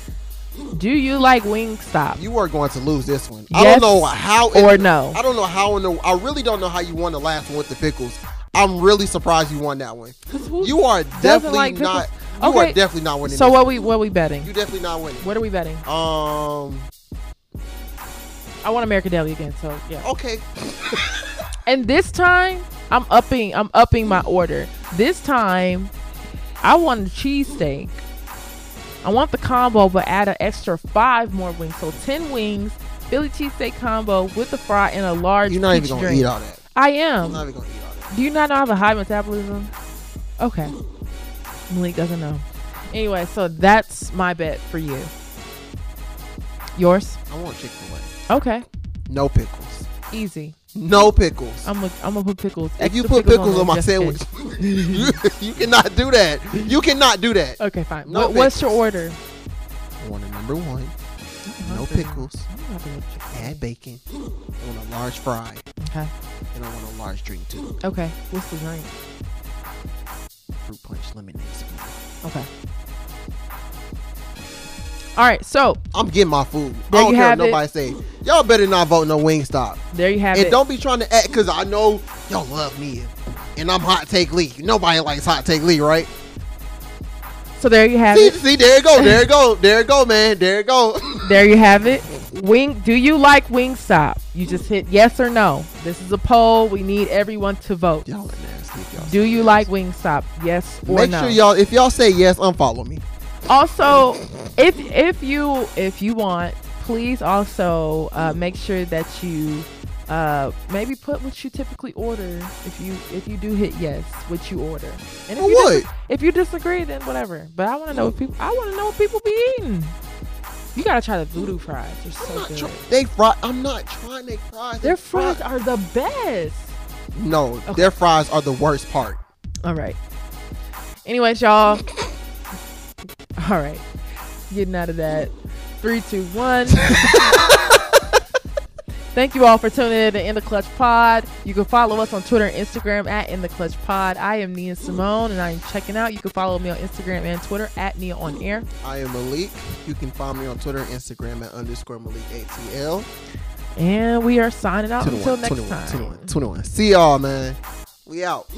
Speaker 3: Do you like Wingstop?
Speaker 2: You are going to lose this one. I
Speaker 3: Yes
Speaker 2: don't know how
Speaker 3: or no?
Speaker 2: I don't know how in the. I really don't know how you won the last one with the pickles. I'm really surprised you won that one.
Speaker 3: 'Cause who
Speaker 2: You are
Speaker 3: doesn't
Speaker 2: definitely
Speaker 3: like pickles?
Speaker 2: not. You
Speaker 3: Okay,
Speaker 2: are definitely not winning.
Speaker 3: So
Speaker 2: this.
Speaker 3: what we what we betting?
Speaker 2: you definitely not winning.
Speaker 3: What are we betting?
Speaker 2: Um.
Speaker 3: I want American Deli again. So yeah.
Speaker 2: Okay.
Speaker 3: And this time, I'm upping. I'm upping my order. This time, I want a cheesesteak. I want the combo, but add an extra five more wings. So ten wings, Philly cheesesteak combo with the fry and a large
Speaker 2: You're not
Speaker 3: peach
Speaker 2: even gonna
Speaker 3: drink.
Speaker 2: eat all that.
Speaker 3: I
Speaker 2: I'm
Speaker 3: am.
Speaker 2: not even gonna eat all that.
Speaker 3: Do you not know I have a high metabolism? Okay. Malik doesn't know. Anyway, so that's my bet for you. Yours?
Speaker 2: I want Chick Fil A.
Speaker 3: Okay.
Speaker 2: No pickles.
Speaker 3: Easy.
Speaker 2: No pickles.
Speaker 3: I'm gonna I'm gonna put pickles.
Speaker 2: if you
Speaker 3: extra
Speaker 2: put pickles on,
Speaker 3: it
Speaker 2: my
Speaker 3: just in
Speaker 2: sandwich,
Speaker 3: case.
Speaker 2: [LAUGHS] you cannot do that. You cannot do that.
Speaker 3: Okay, fine.
Speaker 2: No
Speaker 3: what, what's your
Speaker 2: pickles.
Speaker 3: order?
Speaker 2: I want a number one. No
Speaker 3: hungry.
Speaker 2: pickles.
Speaker 3: I'm gonna have to look at
Speaker 2: Add bacon. I want a large fry.
Speaker 3: you. Okay.
Speaker 2: And I want a large drink too.
Speaker 3: Okay. What's the drink?
Speaker 2: Fruit punch lemonade. Spoon.
Speaker 3: Okay. All right. So
Speaker 2: I'm getting my food.
Speaker 3: There
Speaker 2: I don't
Speaker 3: you
Speaker 2: care what
Speaker 3: have it.
Speaker 2: nobody say. Y'all better not vote no Wingstop.
Speaker 3: there you have
Speaker 2: And
Speaker 3: it.
Speaker 2: don't be trying to act because I know y'all love me. And I'm Hot Take Lee. Nobody likes Hot Take Lee, right?
Speaker 3: so there you have
Speaker 2: See,
Speaker 3: it.
Speaker 2: see, there
Speaker 3: [LAUGHS]
Speaker 2: it go, there it go, there it go, man, there it go. [LAUGHS]
Speaker 3: There you have it. Wing, do you like Wingstop? You just hit yes or no. This is a poll. We need everyone to vote.
Speaker 2: y'all are nasty. if Y'all
Speaker 3: Do
Speaker 2: say
Speaker 3: you
Speaker 2: yes.
Speaker 3: like Wingstop? Yes or
Speaker 2: Make
Speaker 3: no.
Speaker 2: sure y'all, if y'all say yes, unfollow me.
Speaker 3: also, if if you if you want, please also uh, make sure that you uh, maybe put what you typically order. If you if you do hit yes, what you order. And if
Speaker 2: Or
Speaker 3: you
Speaker 2: what?
Speaker 3: dis- if you disagree, then whatever. But I want to know what people. I want to know what people be eating. You gotta try the voodoo fries. They're so
Speaker 2: I'm not
Speaker 3: good.
Speaker 2: try- they fry. I'm not trying they fries.
Speaker 3: Their
Speaker 2: They
Speaker 3: fries are the best.
Speaker 2: No, their fries are the worst part.
Speaker 3: All right. Anyways, y'all. All right. Getting out of that. Three, two, one. Thank you all for tuning in to In the Clutch Pod. You can follow us on Twitter and Instagram at In the Clutch Pod. I am Nia Simone and I am checking out. You can follow me on Instagram and Twitter at Nia on Air.
Speaker 2: I am Malik. You can find me on Twitter and Instagram at underscore Malik ATL.
Speaker 3: And we are signing out until
Speaker 2: 21,
Speaker 3: next
Speaker 2: 21,
Speaker 3: time.
Speaker 2: 21, 21. See y'all, man. We out.